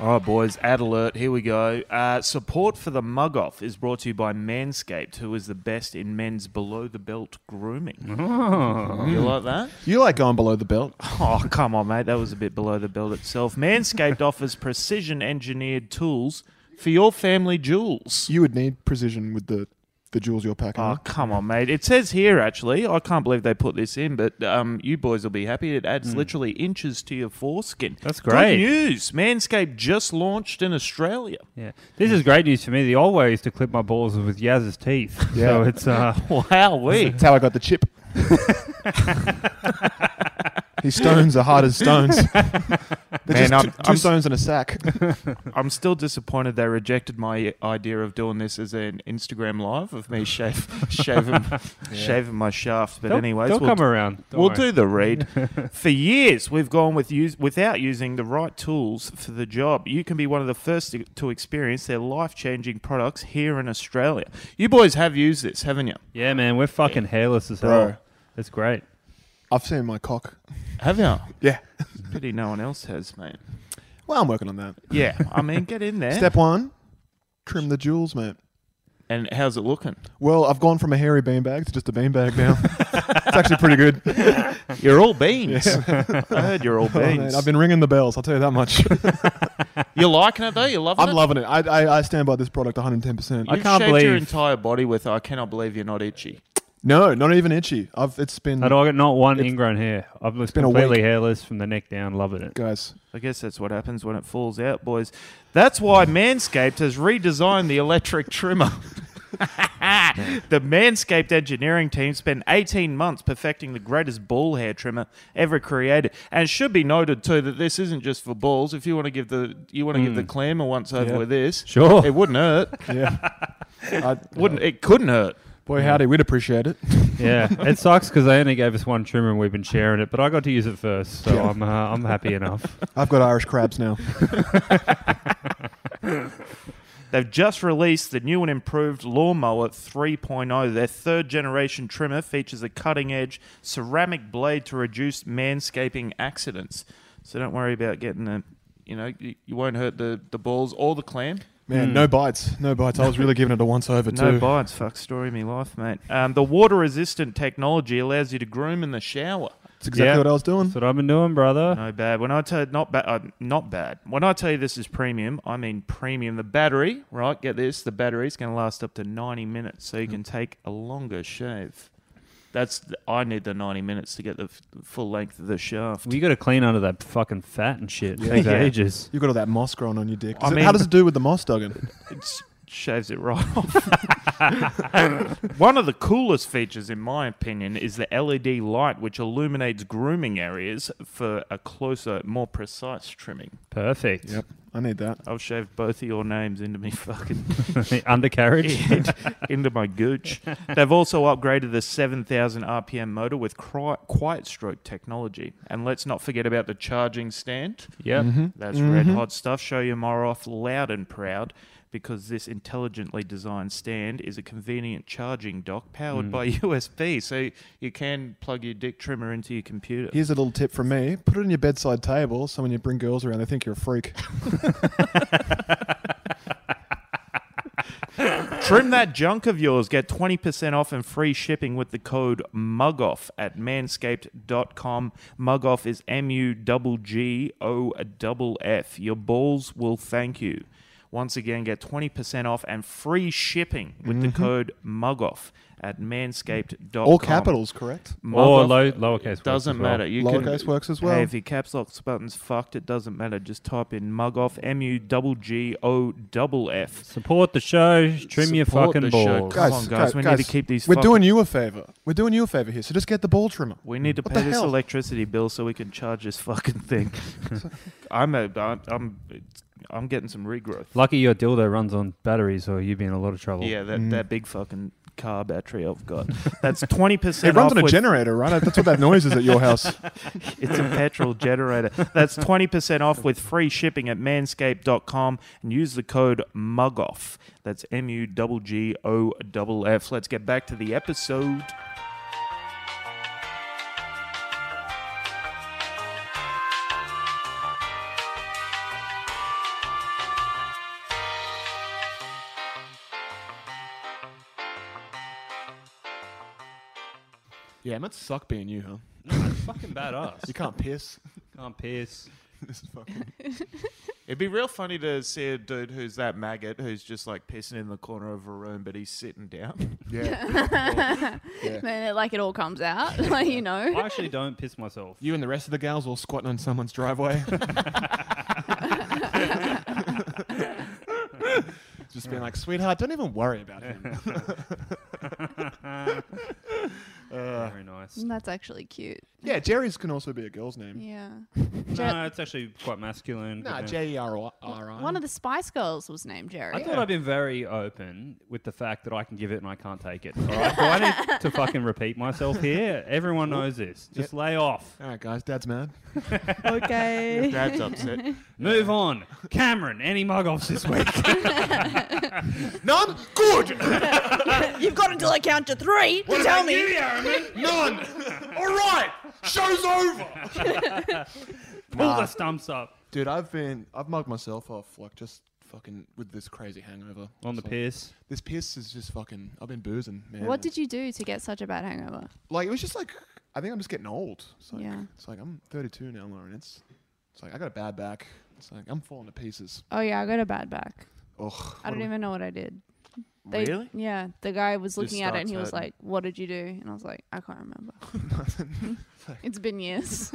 Speaker 1: All right, boys, ad alert. Here we go. Uh, support for the mug off is brought to you by Manscaped, who is the best in men's below the belt grooming. You like that?
Speaker 6: You like going below the belt.
Speaker 1: Oh, come on, mate. That was a bit below the belt itself. Manscaped offers precision engineered tools for your family jewels.
Speaker 6: You would need precision with the, the jewels you're packing.
Speaker 1: Oh, come on, mate. It says here, actually, I can't believe they put this in, but um, you boys will be happy. It adds literally inches to your foreskin.
Speaker 5: That's
Speaker 1: Good
Speaker 5: great.
Speaker 1: news. Manscaped just launched in Australia.
Speaker 5: Yeah, this is great news for me. The old way is to clip my balls with Yaz's teeth. So
Speaker 6: Yeah.
Speaker 5: it's uh,
Speaker 1: Wow, we.
Speaker 6: That's how I got the chip. His stones are hard as stones. They're just
Speaker 1: I'm-
Speaker 6: 2 two
Speaker 1: I'm-
Speaker 6: stones in a sack.
Speaker 1: I'm still disappointed they rejected my idea of doing this as an Instagram live of me shave, shaving, shaving my shaft. But
Speaker 5: they'll,
Speaker 1: anyways,
Speaker 5: they'll
Speaker 1: we'll
Speaker 5: come around. Don't
Speaker 1: we'll
Speaker 5: worry.
Speaker 1: do the read. for years, we've gone with use, without using the right tools for the job. You can be one of the first to, to experience their life changing products here in Australia. You boys have used this, haven't you?
Speaker 5: Yeah, man, we're fucking hairless as
Speaker 6: Bro.
Speaker 5: hell. It's great.
Speaker 6: I've seen my cock.
Speaker 1: Have you?
Speaker 6: Yeah.
Speaker 1: Pity no one else has, mate.
Speaker 6: Well, I'm working on that.
Speaker 1: Yeah, I mean, get in there.
Speaker 6: Step one, trim the jewels, mate.
Speaker 1: and how's it looking?
Speaker 6: Well, I've gone from a hairy beanbag to just a beanbag now. it's actually pretty good.
Speaker 1: You're all beans. I heard you're all
Speaker 6: Oh, man,
Speaker 1: beans.
Speaker 6: I've been ringing the bells, I'll tell you that much.
Speaker 1: You're liking it though. You're loving
Speaker 6: I'm
Speaker 1: it.
Speaker 6: loving it. I, I, I stand by this product 110%.
Speaker 5: I
Speaker 1: You've
Speaker 5: can't
Speaker 1: shaved your
Speaker 5: believe-
Speaker 1: entire body with. I cannot believe you're not itchy.
Speaker 6: no, not even itchy. I've It's been,
Speaker 5: I don't get not one ingrown hair. I've been
Speaker 6: been a
Speaker 5: completely
Speaker 6: week.
Speaker 5: hairless from the neck down. Loving it.
Speaker 6: guys,
Speaker 1: I guess that's what happens when it falls out, boys. That's why Manscaped has redesigned the electric trimmer. the Manscaped engineering team spent 18 months perfecting the greatest ball hair trimmer ever created. And it should be noted too that this isn't just for balls. If you want to give the you want to give the clamor once over with this,
Speaker 5: Sure.
Speaker 1: it wouldn't hurt.
Speaker 6: yeah. I,
Speaker 1: Wouldn't it? Couldn't hurt.
Speaker 6: boy, howdy, we'd appreciate it.
Speaker 5: yeah, it sucks because they only gave us one trimmer and we've been sharing it, but I got to use it first, so
Speaker 6: Yeah.
Speaker 5: I'm uh, I'm happy enough.
Speaker 6: I've got Irish crabs now.
Speaker 1: They've just released the new and improved Lawnmower 3.0. Their third generation trimmer features a cutting edge ceramic blade to reduce manscaping accidents. So don't worry about getting a, you know, you, you won't hurt the, the balls or the clam.
Speaker 6: Man, no bites, no bites. I was really giving it a once over
Speaker 1: Hmm. No
Speaker 6: too.
Speaker 1: bites, fuck story of me life, mate. Um, the water resistant technology allows you to groom in the shower.
Speaker 6: That's exactly
Speaker 5: Yeah.
Speaker 6: what I was doing.
Speaker 5: That's what I've been doing, brother.
Speaker 1: No bad. When I tell you not bad, uh, not bad. When I tell you this is premium, I mean premium. The battery, right? Get this. The battery's going to last up to ninety minutes, so you can take a longer shave. That's the, I need the ninety minutes to get the f- full length of the shaft.
Speaker 5: We got to clean under that fucking fat and shit. Takes
Speaker 1: Yeah.
Speaker 5: ages.
Speaker 6: You've got all that moss growing on your dick.
Speaker 1: I
Speaker 6: Is it-
Speaker 1: mean-
Speaker 6: how does it do with the moss, Duggan?
Speaker 1: It shaves it right off. One of the coolest features, in my opinion, is the LED light, which illuminates grooming areas for a closer, more precise trimming.
Speaker 5: Perfect.
Speaker 6: Yep, I need that.
Speaker 1: I'll shave both of your names into me fucking.
Speaker 5: Undercarriage.
Speaker 1: into my gooch. They've also upgraded the 7,000 RPM motor with cri- quiet stroke technology. And let's not forget about the charging stand.
Speaker 5: Yep.
Speaker 1: That's red hot stuff. Show your more off loud and proud.
Speaker 10: because this intelligently designed stand is a convenient charging dock powered by USB, so you can plug your dick trimmer into your computer.
Speaker 6: Here's a little tip from me: put it on your bedside table, so when you bring girls around, they think you're a freak.
Speaker 10: Trim that junk of yours. Get 20% off and free shipping with the code MUGOFF at manscaped.com. MUGOFF is M U G G O F F. Your balls will thank you. Once again, get 20% off and free shipping with the code MUGOFF at manscaped.com.
Speaker 6: Mm-hmm. All capitals, correct?
Speaker 10: Mug
Speaker 5: Or
Speaker 10: off
Speaker 5: low, lowercase.
Speaker 10: Doesn't matter. You
Speaker 6: Lowercase
Speaker 10: can,
Speaker 6: works as well.
Speaker 10: Hey, if your caps lock button's fucked, it doesn't matter. Just type in mug off, M U G G O F F.
Speaker 5: Support the show. Trim your
Speaker 10: Support
Speaker 5: fucking
Speaker 10: the show.
Speaker 5: balls.
Speaker 10: Come on, guys, we need to keep these
Speaker 6: We're
Speaker 10: fucking-
Speaker 6: doing you a favor. We're doing you a favor here. So just get the ball trimmer.
Speaker 10: We need to
Speaker 6: What
Speaker 10: pay
Speaker 6: the
Speaker 10: this
Speaker 6: hell?
Speaker 10: electricity bill so we can charge this fucking thing. I'm a, I'm, I'm, it's- I'm getting some regrowth.
Speaker 5: Lucky your dildo runs on batteries, or you'd be in a lot of trouble.
Speaker 10: Yeah, that, that big fucking car battery I've got. That's twenty
Speaker 6: It
Speaker 10: percent.
Speaker 6: runs on
Speaker 10: off
Speaker 6: a
Speaker 10: with,
Speaker 6: generator, right? That's what that noise is at your house.
Speaker 10: It's a petrol generator. That's twenty percent off with free shipping at manscaped.com and use the code MUGOFF. That's M U G G O F F. Let's get back to the episode.
Speaker 6: Yeah, it must suck being you, huh?
Speaker 5: fucking badass.
Speaker 6: You can't piss.
Speaker 5: can't piss.
Speaker 6: This is fucking.
Speaker 10: It'd be real funny to see a dude who's that maggot who's just like pissing in the corner of a room, but he's sitting down.
Speaker 6: Yeah.
Speaker 8: Then it, like it all comes out, like you
Speaker 5: I
Speaker 8: know.
Speaker 5: actually don't piss myself.
Speaker 6: You and the rest of the gals all squatting on someone's driveway. Just being like, sweetheart, don't even worry about him.
Speaker 5: Very nice.
Speaker 8: Mm, That's actually cute.
Speaker 6: yeah, Jerry's can also be a girl's name.
Speaker 8: Yeah.
Speaker 5: No, it's actually quite masculine.
Speaker 6: Nah,
Speaker 5: but-
Speaker 6: J E R R I.
Speaker 8: One of the Spice Girls was named
Speaker 5: I
Speaker 8: Jerry.
Speaker 5: thought I've been very open with the fact that I can give it and I can't take it. All right, do I need to fucking repeat myself here? Everyone knows this. Just lay off.
Speaker 6: All right, guys, dad's mad.
Speaker 8: okay.
Speaker 10: Dad's upset.
Speaker 5: Move on. Cameron, any mug offs this week?
Speaker 6: None? Good!
Speaker 8: You've got until I count to three to tell me.
Speaker 6: None! All right! Show's over!
Speaker 5: Pull the stumps up.
Speaker 6: Dude, I've been I've mugged myself off like just fucking with this crazy hangover.
Speaker 5: On the
Speaker 6: So,
Speaker 5: piss.
Speaker 6: This piss is just fucking I've been boozing, man.
Speaker 8: What did you do to get such a bad hangover?
Speaker 6: like it was just like I think I'm just getting old. It's like
Speaker 8: Yeah.
Speaker 6: it's like I'm thirty two now, Lauren. It's it's like I got a bad back. It's like I'm falling to pieces.
Speaker 8: Oh yeah, I got a bad back.
Speaker 6: Ugh.
Speaker 8: I don't even know what I did. They,
Speaker 10: Really?
Speaker 8: Yeah. The guy was looking at it and
Speaker 10: starts
Speaker 8: he was
Speaker 10: hurting.
Speaker 8: like, "What did you do?" And I was like, "I can't remember. it's been years."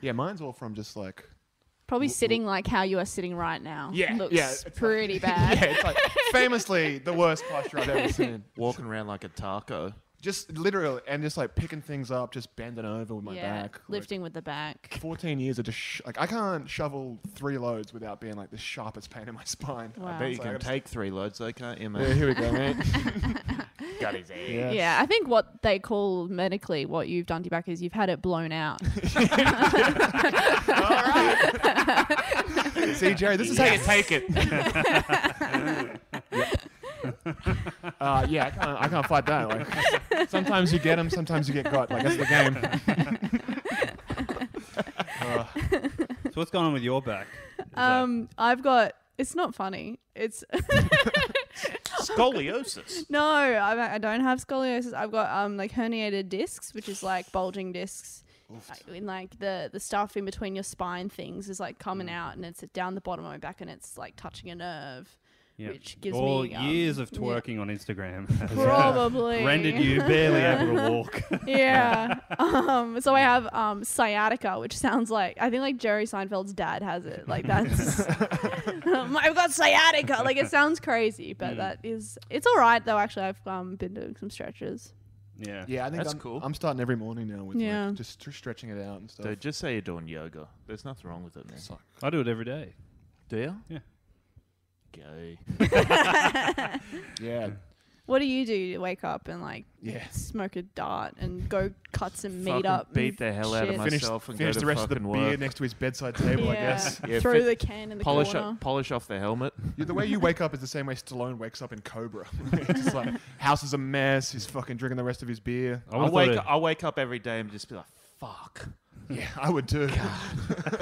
Speaker 6: Yeah, mine's all from just like
Speaker 8: Probably sitting like how you are sitting right now.
Speaker 6: Yeah,
Speaker 8: Looks
Speaker 6: yeah, it's like-
Speaker 8: pretty bad.
Speaker 6: Yeah, it's like famously the worst posture I've ever seen.
Speaker 10: Walking around like a taco.
Speaker 6: Just literally and just like picking things up, just bending over with my
Speaker 8: Yeah,
Speaker 6: back. like,
Speaker 8: Lifting with the back.
Speaker 6: 14 years of just sh- like I can't shovel three loads without being like the sharpest pain in my spine.
Speaker 8: Wow.
Speaker 10: I bet you
Speaker 6: So
Speaker 10: can
Speaker 6: I'm just-
Speaker 10: take three loads, though, can't you,
Speaker 6: Yeah,
Speaker 10: mate?
Speaker 6: here we go, mate.
Speaker 10: Got his head.
Speaker 6: Yeah.
Speaker 8: Yeah, I think what they call medically what you've done to your back is you've had it blown out.
Speaker 6: See, Jerry, this is how you take it. uh, yeah, I can't, I can't fight that. Like, sometimes you get them, sometimes you get got. Like that's the game.
Speaker 5: So what's going on with your back? Is that-
Speaker 8: Um, I've got. It's not funny. It's
Speaker 10: Scoliosis.
Speaker 8: no, I, I don't have scoliosis. I've got um like herniated discs, which is like bulging discs. Like, In like the the stuff in between your spine things is like coming
Speaker 5: Mm.
Speaker 8: out, and it's down the bottom of my back, and it's like touching a nerve,
Speaker 5: yeah.
Speaker 8: which gives
Speaker 5: All
Speaker 8: me um,
Speaker 5: years of
Speaker 8: yeah.
Speaker 5: twerking on Instagram has
Speaker 8: Probably
Speaker 5: rendered you barely able to walk.
Speaker 8: yeah. Um, so I have um, sciatica, which sounds like I think like Jerry Seinfeld's dad has it. Like that's Um, I've got sciatica. Like it sounds crazy, but
Speaker 5: Mm.
Speaker 8: that is it's all right though. Actually, I've um, been doing some stretches.
Speaker 5: Yeah.
Speaker 6: Yeah, I think
Speaker 10: That's
Speaker 6: I'm,
Speaker 10: cool.
Speaker 6: I'm starting every morning now with yeah.
Speaker 8: Yeah.
Speaker 6: like, just st- stretching it out and stuff.
Speaker 10: Dude, just say you're doing yoga. There's nothing wrong with it, man.
Speaker 6: So-
Speaker 5: I do it every day.
Speaker 10: Do you?
Speaker 5: Yeah.
Speaker 10: Gay.
Speaker 6: yeah.
Speaker 8: What do you do to wake up and like
Speaker 6: Yeah.
Speaker 8: smoke a dart and go cut some meat
Speaker 1: Fucking
Speaker 8: up? and
Speaker 1: beat the hell out of
Speaker 8: shit?
Speaker 1: myself.
Speaker 6: Finish,
Speaker 1: and
Speaker 6: finish
Speaker 1: go
Speaker 6: the
Speaker 1: to
Speaker 6: rest of the
Speaker 1: fucking
Speaker 6: beer
Speaker 1: work.
Speaker 6: next to his bedside table, I
Speaker 8: Yeah.
Speaker 6: guess.
Speaker 1: Yeah,
Speaker 8: Throw
Speaker 1: fit-
Speaker 8: the can in the
Speaker 1: Polish,
Speaker 8: corner.
Speaker 1: o- polish off the helmet.
Speaker 6: Yeah, the way you wake up is the same way Stallone wakes up in Cobra. Just like, house is a mess. He's fucking drinking the rest of his beer.
Speaker 5: I
Speaker 1: I
Speaker 5: would've
Speaker 1: wake,
Speaker 5: thought
Speaker 1: I wake up every day and just be like, fuck.
Speaker 6: Yeah, I would too.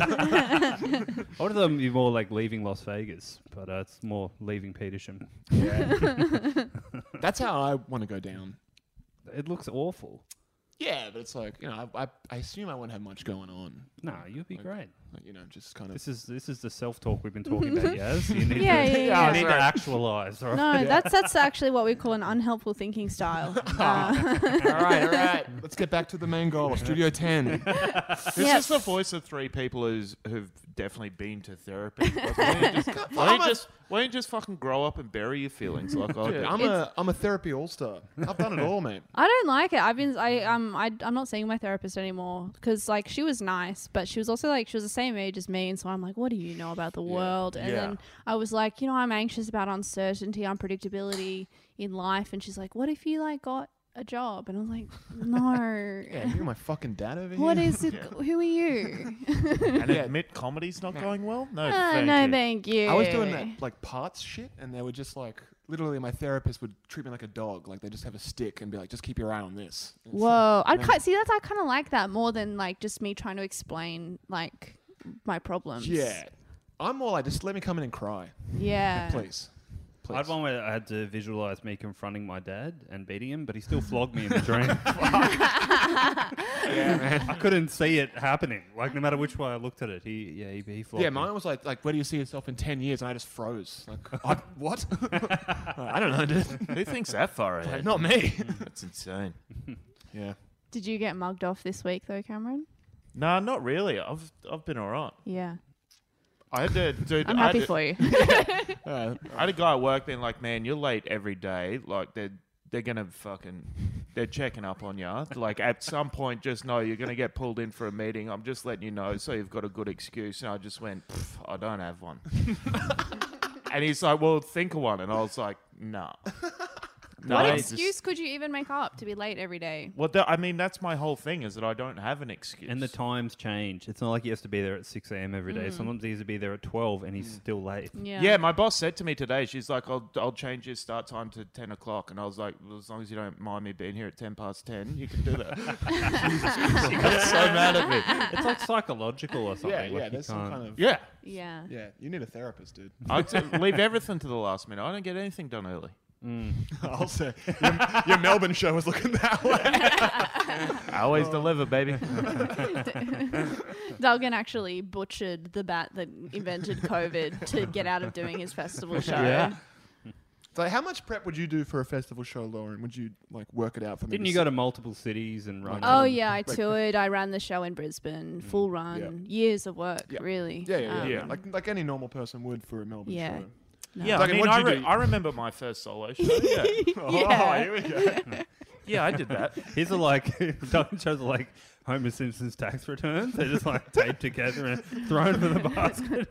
Speaker 5: it- I would have thought you more like leaving Las Vegas, but uh, it's more leaving Petersham.
Speaker 6: That's how I want to go down.
Speaker 5: It looks awful.
Speaker 6: Yeah, but it's like you know, I, I, I assume I won't have much going on.
Speaker 5: No, you'll be great.
Speaker 6: Like, you know, just kind of.
Speaker 5: This is this is the self talk we've been talking about, Yaz. You need
Speaker 8: Yeah,
Speaker 5: to,
Speaker 8: yeah,
Speaker 5: you
Speaker 8: yeah.
Speaker 5: need to actualize. All right?
Speaker 8: No, that's that's actually what we call an unhelpful thinking style. Uh,
Speaker 6: all right, all right. Let's get back to the main goal, Studio Ten.
Speaker 1: This
Speaker 8: Yeah.
Speaker 1: is the voice of three people who's, who've definitely been to therapy. Like, why, don't you just, why, don't you just, why don't you just fucking grow up and bury your feelings like I
Speaker 6: Dude,
Speaker 1: do?
Speaker 6: I'm a I'm a therapy all star. I've done it all, mate.
Speaker 8: I don't like it. I've been I um I I'm not seeing my therapist anymore because like she was nice, but she was also like she was the same age as me, and so I'm like, what do you know about the world? And
Speaker 1: Yeah.
Speaker 8: then I was like, you know, I'm anxious about uncertainty, unpredictability in life, and she's like, what if you like got a job? And I was like, no.
Speaker 6: Yeah, you're my fucking dad over here.
Speaker 8: What is it? Who are you?
Speaker 1: and admit comedy's not going well? No,
Speaker 8: Ah,
Speaker 1: thank
Speaker 8: no,
Speaker 1: you.
Speaker 8: thank you.
Speaker 6: I was doing that like parts shit, and they were just like literally my therapist would treat me like a dog. Like they just have a stick and be like, just keep your eye on this. And it's like,
Speaker 8: Whoa, I kind see that's I kind of like that more than like just me trying to explain like my problems.
Speaker 6: yeah. I'm more like, just let me come in and cry,
Speaker 8: yeah.
Speaker 6: please. Please.
Speaker 5: I had one where I had to visualize me confronting my dad and beating him, but he still flogged me in the dream. I couldn't see it happening. Like no matter which way I looked at it, he yeah he, he flogged
Speaker 6: yeah,
Speaker 5: me.
Speaker 6: mine was like, like, where do you see yourself in ten years? And I just froze. Like, I, what? I don't know, dude.
Speaker 1: Who thinks that far ahead? Mm.
Speaker 6: Not me.
Speaker 1: That's insane.
Speaker 6: yeah.
Speaker 8: Did you get mugged off this week though, Cameron?
Speaker 1: No, not really. I've I've been all right.
Speaker 8: Yeah.
Speaker 1: I had to, dude.
Speaker 8: I'm
Speaker 1: I had
Speaker 8: happy
Speaker 1: to-
Speaker 8: for you.
Speaker 1: I had a guy at work being like, "Man, you're late every day. Like they're they're gonna fucking they're checking up on you. Like at some point, just know you're gonna get pulled in for a meeting. I'm just letting you know so you've got a good excuse." And I just went, "Pff, "I don't have one." and he's like, "Well, think of one." And I was like, "No." No,
Speaker 8: what
Speaker 1: I just-
Speaker 8: excuse could you even make up to be late every day?
Speaker 1: Well, that, I mean, that's my whole thing is that I don't have an excuse.
Speaker 5: And the times change. It's not like he has to be there at six a.m. every day. Sometimes he has to be there at twelve, and he's
Speaker 6: Mm.
Speaker 5: still late.
Speaker 8: Yeah.
Speaker 1: Yeah. my boss said to me today, she's like, I'll, I'll change your start time to 10 o'clock. And I was like, well, as long as you don't mind me being here at 10 past 10, you can do that. she got so mad at me.
Speaker 5: It's like psychological or something.
Speaker 6: Yeah,
Speaker 5: like
Speaker 6: yeah.
Speaker 5: you
Speaker 6: There's some
Speaker 5: can't-
Speaker 6: kind of.
Speaker 1: Yeah.
Speaker 8: Yeah.
Speaker 6: Yeah, you need a therapist, dude.
Speaker 1: I t- leave everything to the last minute. I don't get anything done early.
Speaker 6: I'll say your, your Melbourne show was looking that way.
Speaker 1: I always deliver, baby.
Speaker 8: Duggan actually butchered the bat that invented COVID to get out of doing his festival show.
Speaker 6: Yeah. So, how much prep would you do for a festival show, Lauren? Would you like work it out for me?
Speaker 5: Didn't you go to multiple cities and run?
Speaker 8: Oh yeah, I toured. I ran the show in Brisbane, full run, years of work,
Speaker 6: Mm, Yeah.
Speaker 8: really.
Speaker 6: Yeah, yeah, yeah.
Speaker 8: Um,
Speaker 6: yeah. Like like any normal person would for a Melbourne
Speaker 8: Yeah.
Speaker 6: show.
Speaker 1: Yeah, I
Speaker 6: Duncan,
Speaker 1: mean,
Speaker 6: what'd
Speaker 1: I,
Speaker 6: you
Speaker 1: re-
Speaker 6: do?
Speaker 1: I remember my first solo show. Yeah,
Speaker 8: Yeah.
Speaker 6: Oh, here we go.
Speaker 1: yeah I did that.
Speaker 5: Here's a like Duncan shows are like Homer Simpson's tax returns. They're just like taped together and thrown with a basket.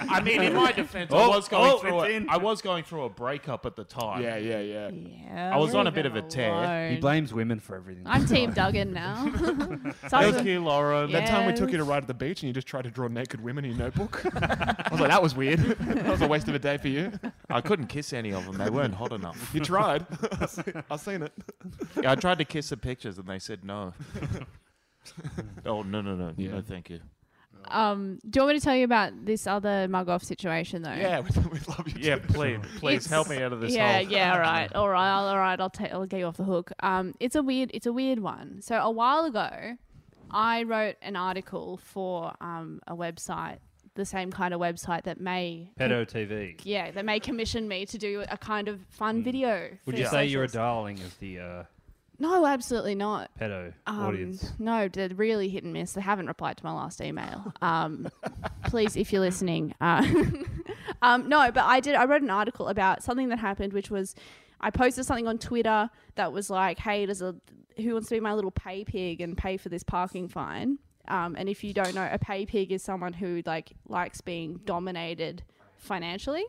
Speaker 1: I mean, in my defense, I
Speaker 5: Oh,
Speaker 1: was going
Speaker 5: oh,
Speaker 1: through
Speaker 5: it's
Speaker 1: a,
Speaker 5: in.
Speaker 1: I was going through a breakup at the time.
Speaker 6: Yeah, yeah, yeah.
Speaker 8: Yeah,
Speaker 1: I was on a
Speaker 8: leave
Speaker 1: bit
Speaker 8: him
Speaker 1: of a tear.
Speaker 5: He
Speaker 8: alone.
Speaker 5: blames women for everything.
Speaker 8: I'm Team Duggan now.
Speaker 1: Thank you, Laura.
Speaker 8: Yeah.
Speaker 6: That time we took you to ride at the beach and you just tried to draw naked women in your notebook. I was like, that was weird. that was a waste of a day for you.
Speaker 1: I couldn't kiss any of them. They weren't hot enough.
Speaker 6: You tried. I've seen- I've seen it.
Speaker 1: Yeah, I tried to kiss the pictures and they said no. oh no no no no thank you.
Speaker 8: um, do you want me to tell you about this other mug off situation though?
Speaker 6: Yeah, we, we love you.
Speaker 1: Yeah,
Speaker 6: too.
Speaker 1: please please
Speaker 8: It's-
Speaker 1: help me out of this
Speaker 8: yeah,
Speaker 1: hole.
Speaker 8: yeah, all right, all right, all right. I'll take, I'll get you off the hook. Um, it's a weird, it's a weird one. So a while ago, I wrote an article for um a website, the same kind of website that may,
Speaker 5: Pedo TV.
Speaker 8: yeah, that may commission me to do a kind of fun video.
Speaker 5: Mm. Would
Speaker 8: for
Speaker 5: you say you're a
Speaker 8: socials.
Speaker 5: darling of the uh,
Speaker 8: No, absolutely not.
Speaker 5: pedo
Speaker 8: Um,
Speaker 5: audience?
Speaker 8: No, they're really hit and miss. They haven't replied to my last email. Um, please, if you're listening. Uh, um, no, but I did. I wrote an article about something that happened, which was I posted something on Twitter that was like, "Hey, there's a who wants to be my little pay pig and pay for this parking fine." Um, and if you don't know, a pay pig is someone who like likes being dominated financially.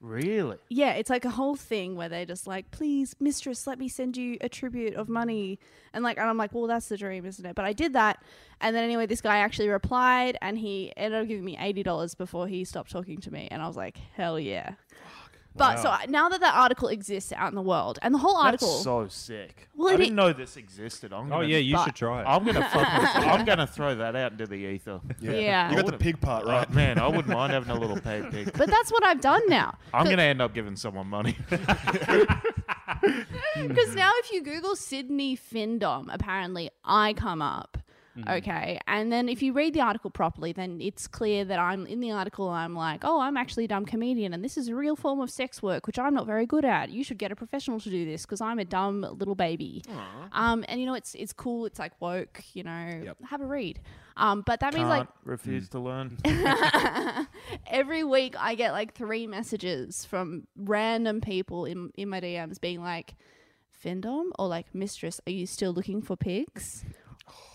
Speaker 1: Really?
Speaker 8: Yeah, it's like a whole thing where they're just like, please, mistress, let me send you a tribute of money. And like, and I'm like, well, that's the dream, isn't it? But I did that. And then anyway, this guy actually replied and he ended up giving me $80 before he stopped talking to me. And I was like, hell yeah. But so I, now that that article exists out in the world, and the whole article,
Speaker 1: That's so sick.
Speaker 8: Well,
Speaker 1: I
Speaker 8: it-
Speaker 1: didn't know this existed. I'm
Speaker 5: Oh
Speaker 1: gonna,
Speaker 5: yeah, you
Speaker 8: But-
Speaker 5: should try it.
Speaker 1: I'm gonna fucking, I'm gonna throw that out into the ether.
Speaker 8: yeah.
Speaker 6: You got the pig part right.
Speaker 1: Right, Uh, man, I wouldn't mind having a little pay pig.
Speaker 8: But that's what I've done now.
Speaker 1: I'm gonna end up giving someone money.
Speaker 8: Because now, if you Google Sydney Findom, apparently I come up. Okay. And then if you read the article properly, then it's clear that I'm in the article, I'm like, oh, I'm actually a dumb comedian, and this is a real form of sex work, which I'm not very good at. You should get a professional to do this because I'm a dumb little baby. Um, and, you know, it's it's cool. It's like woke, you know, have a read. Um, but that means
Speaker 1: Can't
Speaker 8: like
Speaker 1: refuse to learn.
Speaker 8: every week I get like three messages from random people in in my DMs being like, "Findom" or like, "Mistress, are you still looking for pigs?"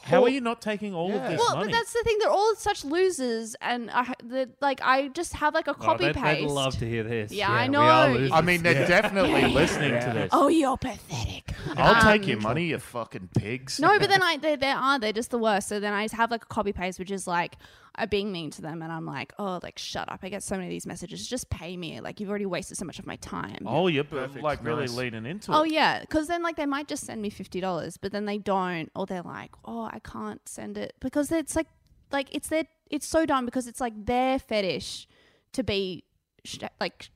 Speaker 1: How are you not taking all of this
Speaker 8: well,
Speaker 1: money?
Speaker 8: but that's the thing; they're all such losers, and I, the, like I just have like a
Speaker 5: Oh,
Speaker 8: copy
Speaker 5: they'd, they'd
Speaker 8: paste.
Speaker 5: love to hear this.
Speaker 8: Yeah, I
Speaker 5: We are
Speaker 8: know.
Speaker 5: losers.
Speaker 1: I mean, they're definitely listening to this.
Speaker 8: Oh, you're pathetic.
Speaker 1: I'll take your money, you fucking pigs.
Speaker 8: No, but then I they, they are they're just the worst. So then I just have like a copy paste, which is like I'm being mean to them, and I'm like, oh, like shut up. I get so many of these messages. Just pay me. Like you've already wasted so much of my time.
Speaker 1: Oh, you're like really
Speaker 6: nice.
Speaker 1: leaning into
Speaker 8: Oh
Speaker 1: it.
Speaker 8: yeah, because then like they might just send me fifty dollars, but then they don't, or they're like, oh, I can't send it because it's like, like it's their, it's so dumb because it's like their fetish to be, sh- like,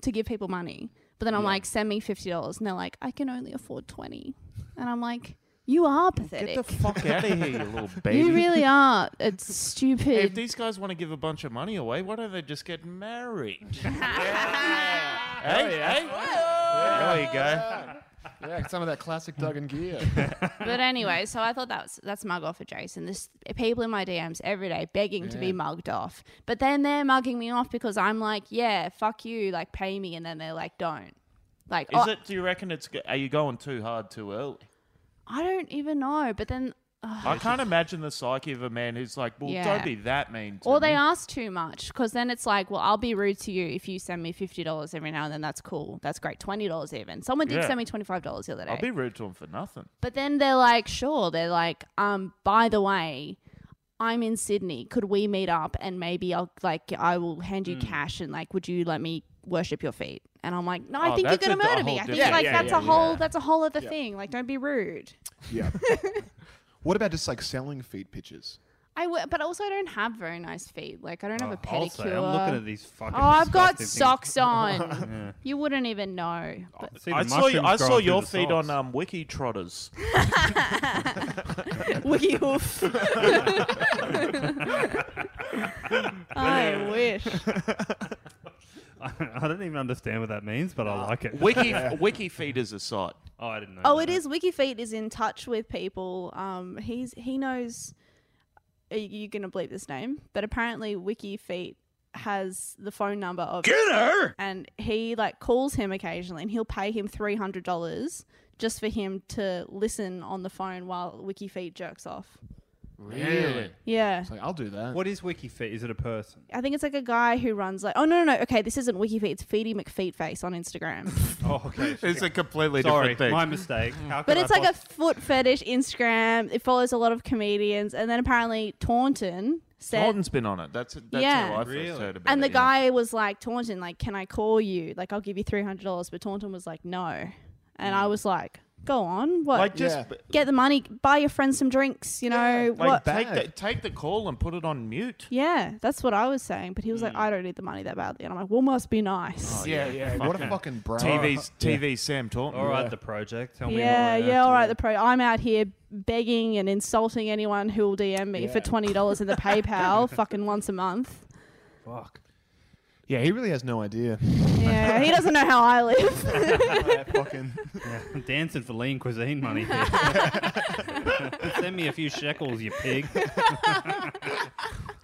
Speaker 8: to give people money. But then I'm like, send me fifty dollars, and they're like, I can only afford twenty, and I'm like, you are pathetic.
Speaker 1: Get the fuck out of here, you little baby.
Speaker 8: you really are. It's
Speaker 1: Hey, if
Speaker 8: stupid.
Speaker 1: these guys want to give a bunch of money away, why don't they just get married? hey, hey. There you go.
Speaker 6: Yeah, some of that classic Doug and Gear.
Speaker 8: but anyway, so I thought that's that's mug off for Jason. This people in my DMs every day begging to be mugged off, but then they're mugging me off because I'm like, yeah, fuck you, like pay me, and then they're like, don't. Like,
Speaker 1: Is
Speaker 8: oh,
Speaker 1: it? Do you reckon it's? go- Are you going too hard too early?
Speaker 8: I don't even know. But then, ugh.
Speaker 1: I can't imagine the psyche of a man who's like, "Well,
Speaker 8: Yeah.
Speaker 1: don't be that mean." To
Speaker 8: or they
Speaker 1: me."
Speaker 8: ask too much because then it's like, well, I'll be rude to you if you send me fifty dollars every now and then. That's cool. That's great. Twenty dollars even. Someone did
Speaker 1: Yeah.
Speaker 8: send me twenty five dollars the other day.
Speaker 1: I'll be rude to them for nothing.
Speaker 8: But then they're like, sure. They're like, um, by the way, I'm in Sydney. Could we meet up and maybe I'll like I will hand
Speaker 1: Hmm.
Speaker 8: you cash and like, would you let me worship your feet? And I'm like, no, I
Speaker 1: Oh,
Speaker 8: think you're
Speaker 1: that's a
Speaker 8: gonna
Speaker 1: d- a
Speaker 8: murder
Speaker 1: whole
Speaker 8: me. I think
Speaker 1: different-
Speaker 8: like
Speaker 1: Yeah,
Speaker 8: that's
Speaker 1: yeah,
Speaker 8: a whole that's a whole other thing. Like, don't be rude.
Speaker 11: Yeah. what about just like selling feet pictures?
Speaker 8: I w- but also I don't have very nice feet. Like I don't have a
Speaker 5: Oh, I'll say,
Speaker 8: pedicure.
Speaker 5: I'm looking at these fucking.
Speaker 8: oh, I've got
Speaker 5: disgusting things.
Speaker 8: socks on. You wouldn't even know. But
Speaker 5: See the
Speaker 1: I saw, you,
Speaker 5: mushrooms
Speaker 1: I saw
Speaker 5: growing through
Speaker 1: your
Speaker 5: the
Speaker 1: feet
Speaker 5: socks.
Speaker 1: on um, Wiki Trotters.
Speaker 8: Wiggy hoof. I wish.
Speaker 5: um, I don't even understand what that means, but I like it.
Speaker 1: Wiki Wiki feet is a site.
Speaker 5: Oh, I didn't know.
Speaker 8: Uh, Oh,
Speaker 5: that.
Speaker 8: it is. Wikifeet is in touch with people. Um, he's he knows. Are you gonna bleep this name? But apparently, Wikifeet has the phone number of get her, and he like calls him occasionally, and he'll pay him three hundred dollars just for him to listen on the phone while Wikifeet jerks off.
Speaker 6: Really?
Speaker 8: Yeah.
Speaker 6: Like, I'll do that.
Speaker 5: What is WikiFit? Is it a person?
Speaker 8: I think it's like a guy who runs like oh no no no okay this isn't Wikifeet it's Feedy McFeetface on Instagram
Speaker 5: Oh, okay.
Speaker 1: It's a completely
Speaker 5: Sorry,
Speaker 1: different thing.
Speaker 5: my mistake. How
Speaker 8: But
Speaker 5: could
Speaker 8: it's
Speaker 5: I
Speaker 8: like a
Speaker 5: poss-
Speaker 8: foot fetish Instagram. It follows a lot of comedians, and then apparently Taunton said,
Speaker 1: Norton's been on it. That's that's
Speaker 8: Yeah.
Speaker 1: how I
Speaker 5: Really?
Speaker 1: first heard about
Speaker 8: and
Speaker 1: it.
Speaker 8: the guy was like, Taunton, like, can I call you? Like, I'll give you three hundred dollars. But Taunton was like, no, and I was like, go on, what?
Speaker 1: like just b-
Speaker 8: get the money, buy your friends some drinks, you know
Speaker 1: like
Speaker 8: what?
Speaker 1: take the, take the call and put it on mute.
Speaker 8: yeah, that's what I was saying. But he was like, I don't need the money that badly, and I'm like, well, must be
Speaker 10: Oh,
Speaker 8: nice.
Speaker 11: Yeah, yeah. What a fucking bro.
Speaker 1: TV's TV Sam Taunton.
Speaker 5: All right, the project. Tell me.
Speaker 8: Yeah,
Speaker 5: more later.
Speaker 8: yeah, all right. The pro, I'm out here begging and insulting anyone who will DM me for
Speaker 11: Yeah.
Speaker 8: twenty dollars in the PayPal, fucking once a month.
Speaker 11: Fuck.
Speaker 6: Yeah, he really has no idea.
Speaker 8: Yeah, he doesn't know how I live.
Speaker 11: fucking.
Speaker 5: I'm dancing for lean cuisine money. here. Send me a few shekels, you pig.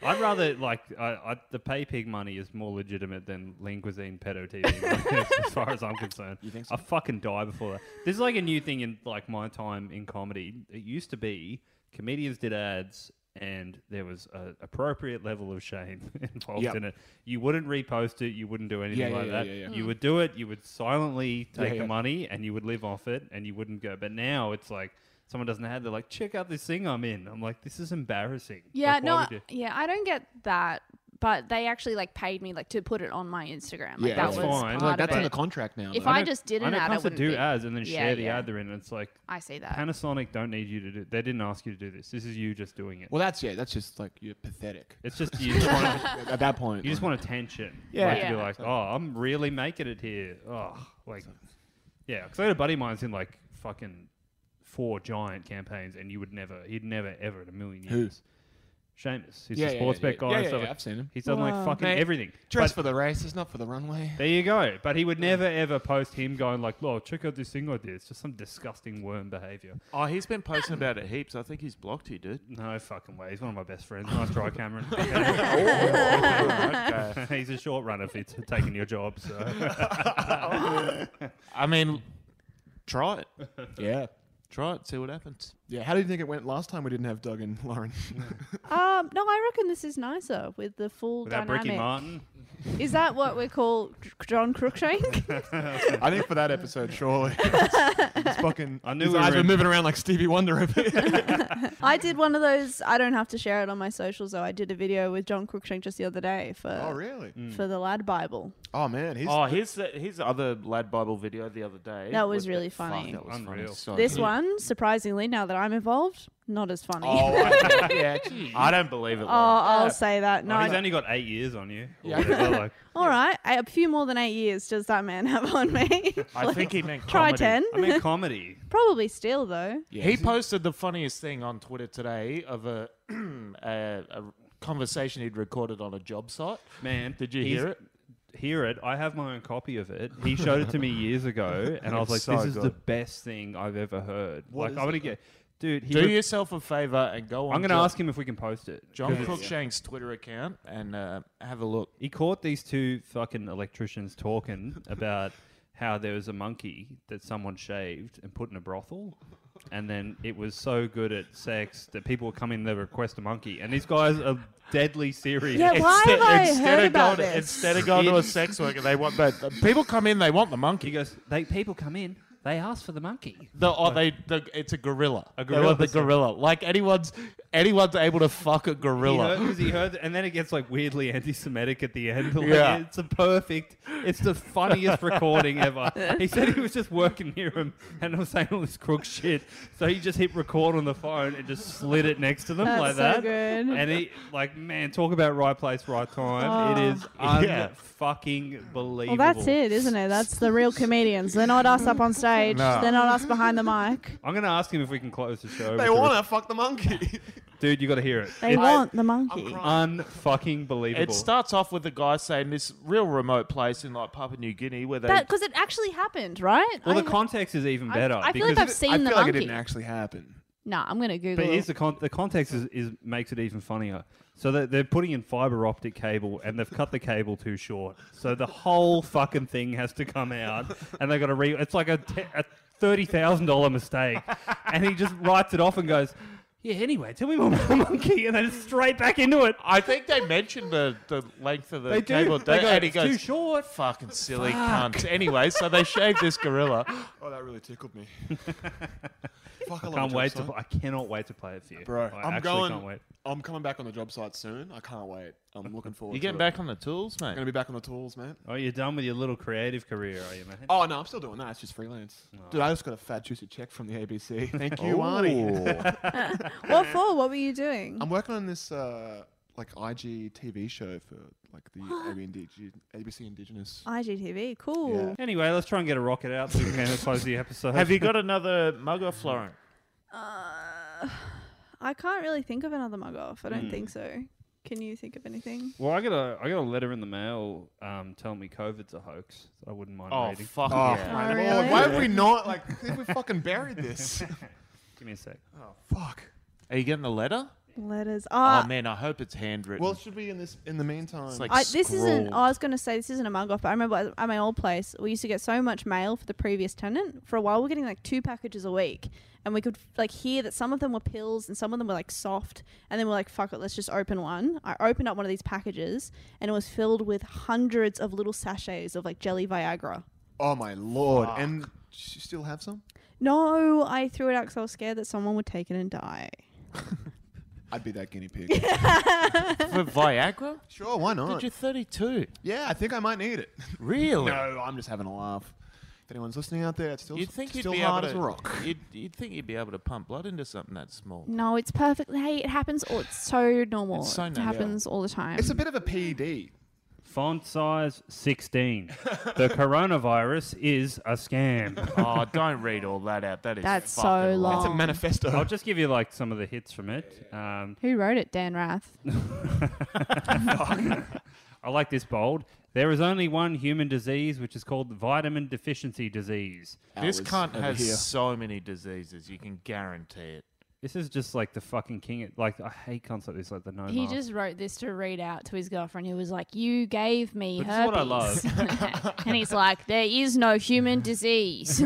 Speaker 5: I'd rather like I, I, the pay pig money is more legitimate than lean cuisine pedo TV, money, as far as I'm concerned. You think so? I fucking die before that. This is like a new thing in like my time in comedy. It used to be comedians did ads and there was an appropriate level of shame involved
Speaker 6: Yep.
Speaker 5: in it. You wouldn't repost it. You wouldn't do anything
Speaker 6: Yeah,
Speaker 5: like
Speaker 6: yeah,
Speaker 5: that.
Speaker 6: yeah, yeah, yeah.
Speaker 8: Hmm.
Speaker 5: You would do it. You would silently take
Speaker 6: yeah.
Speaker 5: the money and you would live off it and you wouldn't go. But now it's like someone doesn't have. They're like, check out this thing I'm in. I'm like, this is embarrassing.
Speaker 8: Yeah,
Speaker 5: Like, why
Speaker 8: no,
Speaker 5: would you-
Speaker 8: I- yeah, I don't get that. But they actually like paid me like to put it on my Instagram. Like,
Speaker 6: Yeah,
Speaker 8: that
Speaker 6: that's
Speaker 8: was
Speaker 5: fine.
Speaker 8: Part
Speaker 5: Like,
Speaker 8: of
Speaker 6: that's
Speaker 8: it.
Speaker 6: in the contract now.
Speaker 8: If
Speaker 6: though.
Speaker 8: I,
Speaker 5: know-
Speaker 8: just did an
Speaker 5: I know
Speaker 8: ad, it
Speaker 5: cunts that
Speaker 8: wouldn't
Speaker 5: do
Speaker 8: be.
Speaker 5: ads and then
Speaker 8: Yeah,
Speaker 5: share the
Speaker 8: yeah.
Speaker 5: ad they're in. It's like
Speaker 8: I see that.
Speaker 5: Panasonic don't need you to do. They didn't ask you to do this. This is you just doing it.
Speaker 6: well, that's yeah. That's just like you're pathetic.
Speaker 5: It's just you just want to,
Speaker 6: At that point,
Speaker 5: you just
Speaker 6: like,
Speaker 5: want attention.
Speaker 6: Yeah.
Speaker 5: like, to be
Speaker 8: Yeah.
Speaker 5: like, oh, I'm really making it here. Oh, like, yeah. Because I had a buddy of mine's in like fucking four giant campaigns, and you would never, he'd never ever in a million years. Seamus, he's
Speaker 6: Yeah,
Speaker 5: a
Speaker 6: yeah,
Speaker 5: sports
Speaker 6: yeah,
Speaker 5: bet
Speaker 6: yeah.
Speaker 5: guy.
Speaker 6: Yeah,
Speaker 5: and
Speaker 6: yeah,
Speaker 5: stuff
Speaker 6: yeah,
Speaker 5: like-
Speaker 6: I've seen him.
Speaker 5: He's done like fucking
Speaker 6: Mate,
Speaker 5: everything.
Speaker 6: dress
Speaker 5: But-
Speaker 6: for the race. It's not for the runway.
Speaker 5: There you go. But he would never ever post him going like, "Oh, check out this thing I did." It's just some disgusting worm behavior.
Speaker 1: Oh, he's been posting about it heaps. I think he's blocked you, dude.
Speaker 5: No fucking way. He's one of my best friends. Nice try, Cameron.
Speaker 1: Oh,
Speaker 5: He's a short runner for t- taking your job. So
Speaker 1: I mean, try it.
Speaker 6: Yeah.
Speaker 1: Try it. See what happens.
Speaker 6: Yeah. How do you think it went last time we didn't have Doug and Lauren?
Speaker 8: Um, no, I reckon this is nicer with the full
Speaker 5: without
Speaker 8: dynamic.
Speaker 5: Ricky Martin,
Speaker 8: Is that what we call Dr- John Crookshank?
Speaker 6: I think for that episode, surely. It's fucking.
Speaker 5: I knew
Speaker 6: his
Speaker 5: we
Speaker 6: eyes
Speaker 5: were
Speaker 6: were
Speaker 5: in-
Speaker 6: moving around like Stevie Wonder. over here.
Speaker 8: I did one of those. I don't have to share it on my socials, though. I did a video with John Crookshank just the other day for
Speaker 11: Oh, really?
Speaker 6: Mm.
Speaker 8: for the Lad Bible.
Speaker 11: Oh, man. He's,
Speaker 1: Oh, here's the here's the other lad Bible video the other day.
Speaker 8: That was really
Speaker 1: fuck,
Speaker 8: funny.
Speaker 1: that was funny.
Speaker 5: Unreal.
Speaker 1: So
Speaker 8: This
Speaker 1: good.
Speaker 8: one, surprisingly, now that I'm involved, not as funny.
Speaker 1: Oh, I, yeah. geez. I don't believe it.
Speaker 8: Oh,
Speaker 1: Lauren.
Speaker 8: I'll say that. No,
Speaker 5: oh, he's
Speaker 8: I-
Speaker 5: only got eight years on you. Yeah. Whatever, like,
Speaker 8: all right. I- A few more than eight years does that man have on me?
Speaker 1: I think he meant
Speaker 8: Try
Speaker 1: comedy.
Speaker 8: ten.
Speaker 5: I mean, comedy.
Speaker 8: Probably still though.
Speaker 1: he posted the funniest thing on Twitter today of a, a a conversation he'd recorded on a job site.
Speaker 5: Man,
Speaker 1: Did you
Speaker 5: he's-
Speaker 1: hear it?
Speaker 5: Hear it. I have my own copy of it. He showed it to me years ago, and I was like,
Speaker 1: It's so
Speaker 5: "This is the
Speaker 1: good.
Speaker 5: best thing I've ever heard." like, I'm gonna get, dude. He
Speaker 1: Do
Speaker 5: re-
Speaker 1: yourself a favor and go on.
Speaker 5: I'm gonna
Speaker 1: Jo-
Speaker 5: ask him if we can post it.
Speaker 1: John
Speaker 5: 'cause it's-
Speaker 1: Crookshank's Twitter account and uh, have a look.
Speaker 5: He caught these two fucking electricians talking about how there was a monkey that someone shaved and put in a brothel. And then it was so good at sex that people would come in to request a monkey. And these guys are deadly serious.
Speaker 8: Yeah, why have I heard
Speaker 1: of going
Speaker 8: about this?
Speaker 1: To, instead of going to a sex worker, they want the, the- people come in. They want the
Speaker 5: He
Speaker 1: monkey.
Speaker 5: goes, they, people come in, they ask for the monkey.
Speaker 1: The, or they, the, it's a gorilla. A the
Speaker 5: gorilla, that's right.
Speaker 1: gorilla. Like anyone's, anyone's able to fuck a
Speaker 5: He
Speaker 1: gorilla.
Speaker 5: heard, 'cause he heard, and then it gets like weirdly anti-Semitic at the end. Like,
Speaker 1: Yeah.
Speaker 5: it's a perfect. It's the funniest recording ever. He said he was just working near him, and I was saying all this crook shit. So he just hit record on the phone and just slid it next to them
Speaker 8: That's
Speaker 5: like
Speaker 8: so
Speaker 5: that.
Speaker 8: good.
Speaker 5: And he, like, man, talk about right place, right time. It is
Speaker 1: Yeah.
Speaker 5: unfucking believable.
Speaker 8: Oh. Well, that's it, isn't it? That's the real comedians. They're not us up on stage. They're not us behind the mic.
Speaker 5: I'm gonna ask him if we can close the show.
Speaker 6: they want to fuck the monkey.
Speaker 5: dude. You got to hear it.
Speaker 8: They
Speaker 5: It's
Speaker 8: want the monkey.
Speaker 5: unfucking believable.
Speaker 1: It starts off with the guy saying this real remote place in like Papua New Guinea where they
Speaker 8: That because it actually happened, right?
Speaker 5: well,
Speaker 8: I-
Speaker 5: the context is even
Speaker 8: I-
Speaker 5: better.
Speaker 8: I feel
Speaker 5: because
Speaker 8: like I've seen
Speaker 6: I
Speaker 8: the
Speaker 6: feel like it
Speaker 8: monkey.
Speaker 6: didn't actually happen.
Speaker 8: nah, I'm gonna Google.
Speaker 5: But here's the con- the context is, is makes it even funnier. So they're, they're putting in fiber optic cable and they've cut the cable too short. So the whole fucking thing has to come out and they got to re. It's like a, te- a thirty thousand dollar mistake, and he just writes it off and goes, "Yeah, anyway, tell me more about the monkey," and then it's straight back into it.
Speaker 1: I think they mentioned the, the length of the
Speaker 5: They do.
Speaker 1: cable.
Speaker 5: They go,
Speaker 1: and he
Speaker 5: "It's
Speaker 1: goes,
Speaker 5: too short."
Speaker 1: Fucking silly cunt. Anyway, so they shaved this gorilla.
Speaker 11: oh, that really tickled me.
Speaker 6: Fuck, I love
Speaker 5: Can't
Speaker 6: job
Speaker 5: wait to.
Speaker 6: site.
Speaker 5: pl- I cannot wait to play it for you,
Speaker 6: Bro,
Speaker 5: I
Speaker 6: am
Speaker 5: actually
Speaker 6: going.
Speaker 5: Can't wait.
Speaker 6: I'm coming back on the job site soon. I can't wait. I'm looking forward.
Speaker 1: You getting
Speaker 6: to
Speaker 1: back
Speaker 6: It.
Speaker 1: on the tools,
Speaker 6: I'm
Speaker 1: mate?
Speaker 6: gonna be back on the tools, man.
Speaker 5: Oh, you're done with your little creative career, are you, man?
Speaker 6: Oh no, I'm still doing that. It's just freelance,
Speaker 1: Oh.
Speaker 6: dude. I just got a fat juicy check from the ABC. Thank you, Arnie.
Speaker 1: Oh.
Speaker 8: what for? What were you doing?
Speaker 11: I'm working on this uh, like IG TV show for like the ABNDG ABC Indigenous.
Speaker 8: IGTV, cool.
Speaker 5: Anyway, let's try and get a rocket out so we can close the episode.
Speaker 1: Have you got another mug off, Lauren?
Speaker 8: Uh, I can't really think of another mug off. I don't think so. Can you think of anything?
Speaker 5: Well, I got a I got a letter in the mail um, telling me COVID's a hoax. so I wouldn't mind
Speaker 1: Oh,
Speaker 5: reading.
Speaker 1: fuck
Speaker 6: Oh,
Speaker 1: yeah.
Speaker 8: Oh,
Speaker 6: my
Speaker 8: really?
Speaker 6: lord. Why have we not? Like, I think we fucking buried this.
Speaker 5: Give me a sec.
Speaker 6: Fuck.
Speaker 1: Are you getting the letter?
Speaker 8: Letters.
Speaker 1: Oh
Speaker 8: Ah,
Speaker 1: man, I hope it's handwritten.
Speaker 6: Well, it should be in this in the meantime.
Speaker 1: like
Speaker 8: I, this isn't.
Speaker 1: scrawled.
Speaker 8: I was going to say this isn't a mug off, but I remember at- at my old place we used to get so much mail for the previous tenant. For a while, we were getting like two packages a week, and we could like hear that some of them were pills and some of them were like soft. And then we're like, "Fuck it, let's just open one." I opened up one of these packages, and it was filled with hundreds of little sachets of like jelly Viagra.
Speaker 6: oh my lord! And sh- you still have some?
Speaker 8: No, I threw it out because I was scared that someone would take it and die.
Speaker 6: I'd be that guinea pig.
Speaker 1: For Viagra?
Speaker 6: sure, why
Speaker 1: Dude,
Speaker 6: not?
Speaker 1: you're 32.
Speaker 6: yeah, I think I might need it.
Speaker 1: Really?
Speaker 6: no, I'm just having a laugh. If anyone's listening out there, it's still
Speaker 1: You'd think you'd
Speaker 6: still
Speaker 1: be
Speaker 6: hard
Speaker 1: able
Speaker 6: as
Speaker 1: to
Speaker 6: a rock.
Speaker 1: You'd, you'd think you'd be able to pump blood into something that small.
Speaker 8: No, it's perfect. Hey, it happens. All, it's so normal.
Speaker 1: It's so
Speaker 8: it
Speaker 1: normal.
Speaker 8: happens all the time.
Speaker 6: It's a bit of a E PED.
Speaker 5: Font size 16. the coronavirus is a scam.
Speaker 1: Oh, don't read all that out. That is
Speaker 10: That's so
Speaker 1: fucking long.
Speaker 10: long.
Speaker 12: It's a manifesto.
Speaker 5: I'll just give you like some of the hits from it. Um,
Speaker 8: Who wrote it? Dan Rath.
Speaker 5: I like this bold. There is only one human disease, which is called vitamin deficiency disease.
Speaker 1: This
Speaker 6: Hours
Speaker 1: cunt
Speaker 6: over
Speaker 1: has
Speaker 6: here.
Speaker 1: so many diseases. You can guarantee it.
Speaker 5: This is just like the fucking king. Like I hate cunts like this, like the no.
Speaker 10: He
Speaker 5: mask.
Speaker 10: just wrote this to read out to his girlfriend, who was like, "You gave me
Speaker 5: But this is what I
Speaker 10: herpes," and he's like, "There is no human disease."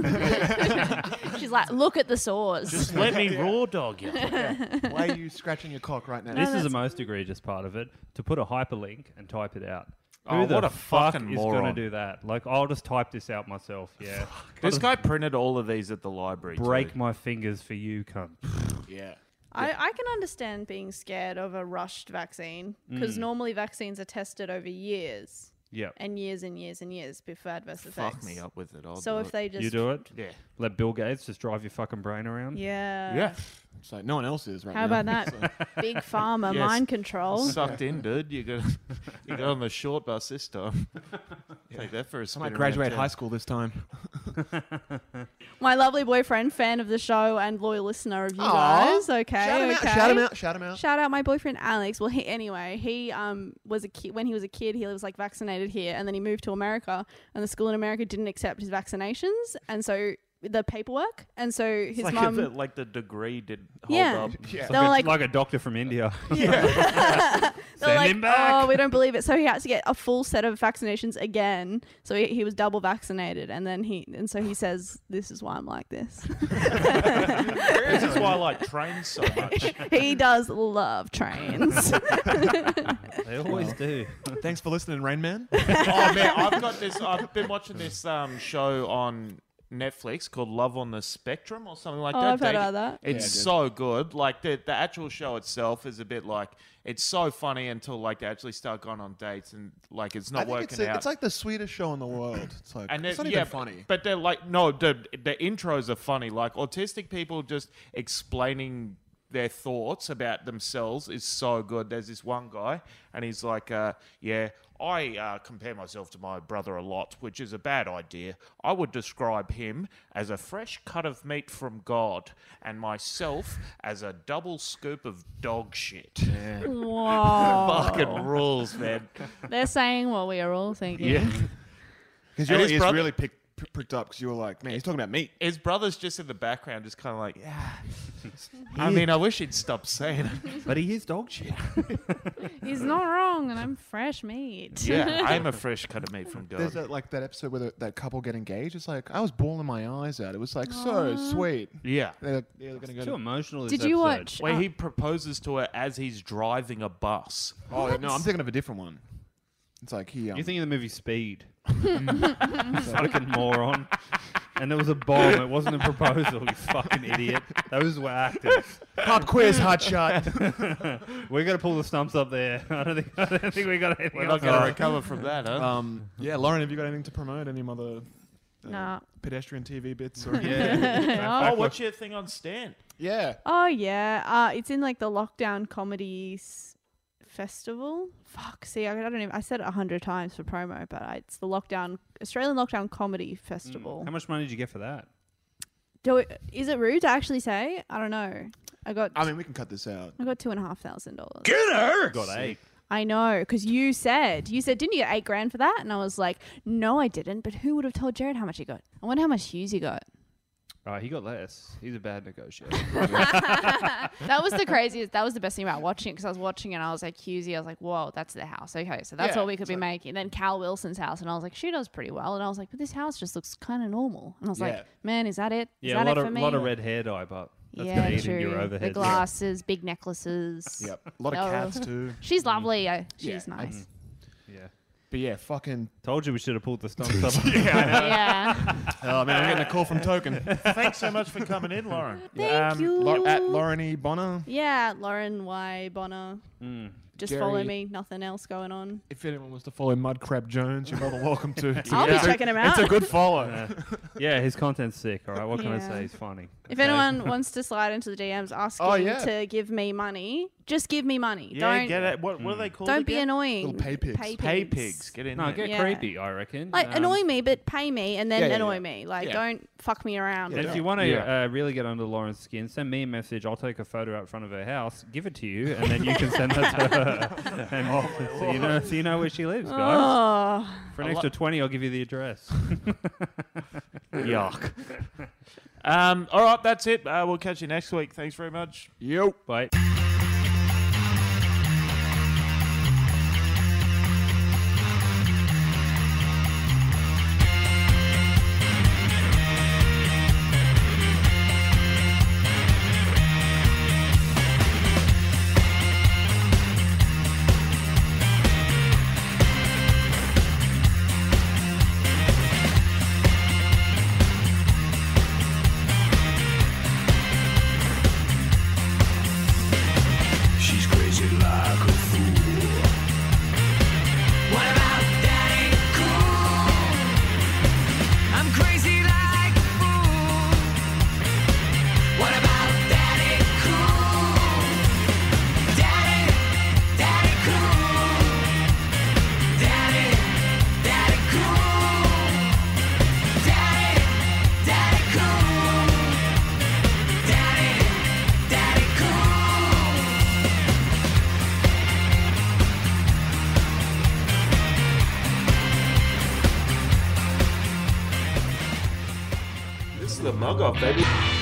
Speaker 10: She's like, "Look at the sores."
Speaker 1: Just let me raw dog you.
Speaker 6: Why are you scratching your cock right now?
Speaker 5: This is the most egregious part of it. To put a hyperlink and type it out.
Speaker 1: Oh,
Speaker 5: Who the
Speaker 1: what a
Speaker 5: fuck
Speaker 1: fucking
Speaker 5: is gonna
Speaker 1: moron.
Speaker 5: do that? Like, I'll just type this out myself. Yeah,
Speaker 1: This guy printed all of these at the library.
Speaker 5: break
Speaker 1: too.
Speaker 5: my fingers for you, cunt.
Speaker 8: Um,
Speaker 6: yeah.
Speaker 8: I, I can understand being scared of a rushed vaccine
Speaker 5: Mm.
Speaker 8: because normally vaccines are tested over years
Speaker 5: Yeah,
Speaker 8: and years and years and years before adverse effects.
Speaker 1: Fuck me up with it. I'll
Speaker 8: So
Speaker 1: do
Speaker 8: if
Speaker 1: it.
Speaker 8: they uh, just
Speaker 5: you do it.
Speaker 1: Yeah.
Speaker 5: Let Bill Gates just drive your fucking brain around.
Speaker 8: yeah,
Speaker 1: Yeah.
Speaker 6: It's like no one else is right
Speaker 8: How
Speaker 6: now.
Speaker 8: about that? Big pharma
Speaker 1: Yes.
Speaker 8: mind control.
Speaker 1: Sucked in, dude. You got you got on the short bus this time. Take that for a
Speaker 12: I
Speaker 1: spin.
Speaker 12: might
Speaker 1: around
Speaker 12: graduate
Speaker 1: town.
Speaker 12: high school this time.
Speaker 8: My lovely boyfriend, fan of the show and loyal listener of you
Speaker 6: Aw.
Speaker 8: guys. Okay,
Speaker 6: Shout him out!
Speaker 8: okay.
Speaker 6: Shout him out! Shout him out!
Speaker 8: Shout out my boyfriend Alex. Well, he anyway, he um was a kid when he was a kid. He was like vaccinated here, and then he moved to America, and the school in America didn't accept his vaccinations, and so the paperwork, and so his
Speaker 1: Like,
Speaker 8: mum.
Speaker 1: the, like the degree did hold
Speaker 8: Yeah.
Speaker 1: up.
Speaker 6: Yeah.
Speaker 8: they were like,
Speaker 5: It's like a doctor from India.
Speaker 8: they were
Speaker 5: send
Speaker 8: like,
Speaker 5: him back.
Speaker 8: oh, we don't believe it. So he had to get a full set of vaccinations again. So he, he was double vaccinated, and then he and so he says, "This is why I'm like this."
Speaker 1: this is why I like trains so much.
Speaker 8: he does love trains. Oh,
Speaker 5: they always do.
Speaker 6: Thanks for listening, Rain Man.
Speaker 1: oh man, I've got this. I've been watching this um, show on Netflix called Love on the Spectrum or something like
Speaker 8: Oh,
Speaker 1: that.
Speaker 8: I've heard
Speaker 1: They-
Speaker 8: about that.
Speaker 1: It's so good. Like the the actual show itself is a bit like it's so funny until like they actually start going on dates and like it's not
Speaker 6: I think
Speaker 1: working
Speaker 6: it's, a,
Speaker 1: out.
Speaker 6: it's like the sweetest show in the world. It's like
Speaker 1: and
Speaker 6: it's
Speaker 1: they're-
Speaker 6: not
Speaker 1: yeah,
Speaker 6: even funny.
Speaker 1: But they're like, no, the the intros are funny. Like autistic people just explaining their thoughts about themselves is so good. There's this one guy, and he's like, uh, yeah. I uh, compare myself to my brother a lot, which is a bad idea. I would describe him as a fresh cut of meat from God, and myself as a double scoop of dog shit.
Speaker 10: Whoa!
Speaker 1: Fucking rules, man.
Speaker 10: They're saying what we are all thinking.
Speaker 1: Yeah. And
Speaker 6: Because your
Speaker 1: his
Speaker 6: ears
Speaker 1: brother-
Speaker 6: really pick, p- pricked up because you were like, man, he's talking about meat.
Speaker 1: his brother's just in the background, just kind of like, yeah. I mean, I wish he'd stop saying it.
Speaker 5: But he is dog shit.
Speaker 8: He's not wrong, and I'm fresh meat.
Speaker 1: Yeah, I'm a fresh cut of meat from
Speaker 6: There's
Speaker 1: God.
Speaker 6: that like that episode where the, that couple get engaged. It's like I was bawling my eyes out. It was like so sweet.
Speaker 1: yeah.
Speaker 6: They're, they're gonna go.
Speaker 5: Too
Speaker 6: To,
Speaker 5: emotional. this
Speaker 10: Did you
Speaker 5: episode.
Speaker 10: watch?
Speaker 1: Where
Speaker 8: Ah.
Speaker 10: uh,
Speaker 1: he proposes to her as he's driving a bus.
Speaker 6: oh no, I'm thinking of a different one. It's like he. Um,
Speaker 5: You're thinking of the movie Speed. fucking moron. And it was a bomb. It wasn't a proposal, you fucking idiot. Those were actors.
Speaker 6: pop quiz, hot shot.
Speaker 5: We're going to pull the stumps up there. I don't think, I don't think we got anything
Speaker 1: We're
Speaker 5: else.
Speaker 1: not going to recover from that, huh?
Speaker 6: um, yeah, Lauren, have you got anything to promote? Any other uh,
Speaker 8: Nah.
Speaker 6: pedestrian TV bits? Or
Speaker 1: oh, what's your thing on Stan?
Speaker 6: yeah.
Speaker 8: Oh yeah, uh, it's in like the lockdown comedies festival. Fuck, see, I I don't even. I said it a hundred times for promo, but I, it's the lockdown Australian lockdown comedy festival.
Speaker 10: Mm,
Speaker 5: How much money did you get for that?
Speaker 8: Do it, is it rude to actually say? I don't know. I got.
Speaker 6: I mean, we can cut this out.
Speaker 8: I got two and a half thousand dollars.
Speaker 5: Got eight.
Speaker 8: I know, because you said you said didn't you get eight grand for that? And I was like, no, I didn't. But who would have told Jared how much he got? I wonder how much Hughes he got.
Speaker 5: Right, he got less. He's a bad negotiator.
Speaker 8: that was the craziest. That was the best thing about watching it because I was watching it and I was like, Husey, I was like, whoa, that's the house. Okay, so that's
Speaker 13: Yeah,
Speaker 8: what we could be making. Then Cal Wilson's house, and I was like, she does pretty well. And I was like, but this house just looks kind of normal. And I was
Speaker 5: Yeah.
Speaker 8: like, man, is that it?
Speaker 5: yeah,
Speaker 8: Is
Speaker 5: a
Speaker 8: that
Speaker 5: lot
Speaker 8: it for
Speaker 5: of,
Speaker 8: me?
Speaker 5: lot of red hair dye, but that's
Speaker 8: yeah,
Speaker 5: going to eat
Speaker 8: true.
Speaker 5: into your overhead.
Speaker 8: the glasses, big necklaces.
Speaker 5: Yep.
Speaker 11: A lot of cats too.
Speaker 8: She's lovely. Uh, she's
Speaker 11: Yeah, I-
Speaker 8: nice.
Speaker 5: Yeah.
Speaker 11: But yeah, fucking.
Speaker 5: Told you we should have pulled the stumps up.
Speaker 6: Yeah, I know.
Speaker 8: Yeah.
Speaker 6: Oh man, I'm getting a call from Token.
Speaker 1: Thanks so much for coming in, Lauren.
Speaker 13: Thank you.
Speaker 6: Lau- at Lauren E. Bonner.
Speaker 13: Yeah, Lauren Y. Bonner. Just
Speaker 6: Gary-
Speaker 13: follow me. Nothing else going on.
Speaker 6: If anyone wants to follow Mud Crab Jones, you're more than welcome to.
Speaker 13: I'll be
Speaker 6: It's a-
Speaker 13: checking him
Speaker 6: It's a
Speaker 13: out.
Speaker 6: good follow.
Speaker 5: Yeah. Yeah, his content's sick. All right, what can I
Speaker 13: Yeah.
Speaker 5: say? He's funny.
Speaker 13: If
Speaker 5: Okay.
Speaker 13: anyone wants to slide into the DMs asking
Speaker 5: Oh, yeah.
Speaker 13: to give me money, just give me money.
Speaker 1: Yeah,
Speaker 13: don't
Speaker 1: get it. What, what are they called?
Speaker 13: don't be
Speaker 1: again?
Speaker 13: annoying.
Speaker 1: Pay pigs. Get in.
Speaker 5: No,
Speaker 1: there.
Speaker 5: get
Speaker 13: Yeah.
Speaker 5: creepy. I reckon.
Speaker 13: Like
Speaker 5: Um,
Speaker 13: annoy me, but pay me and then
Speaker 5: Yeah, yeah,
Speaker 13: annoy
Speaker 5: yeah.
Speaker 13: me. Like
Speaker 5: Yeah.
Speaker 13: don't fuck me around.
Speaker 5: And if you want to uh, really get under Lauren's skin, send me a message. I'll take a photo out front of her house, give it to you, and then you can send that to her. and so, you know, so you know where she lives, guys.
Speaker 13: Oh.
Speaker 5: For an
Speaker 1: I
Speaker 5: extra
Speaker 1: lo-
Speaker 5: 20, I'll give you the address.
Speaker 1: Yuck. Um, all right, that's it. Uh, we'll catch you next week. Thanks very much.
Speaker 5: Yo. Bye.
Speaker 10: She's crazy like a fool. What about Daddy Cool? I'm crazy like a fool. What about Daddy Cool? Daddy, Daddy Cool. Daddy, Daddy Cool. Daddy, Daddy Cool. Daddy, Daddy Cool.
Speaker 4: This is the mug off, baby.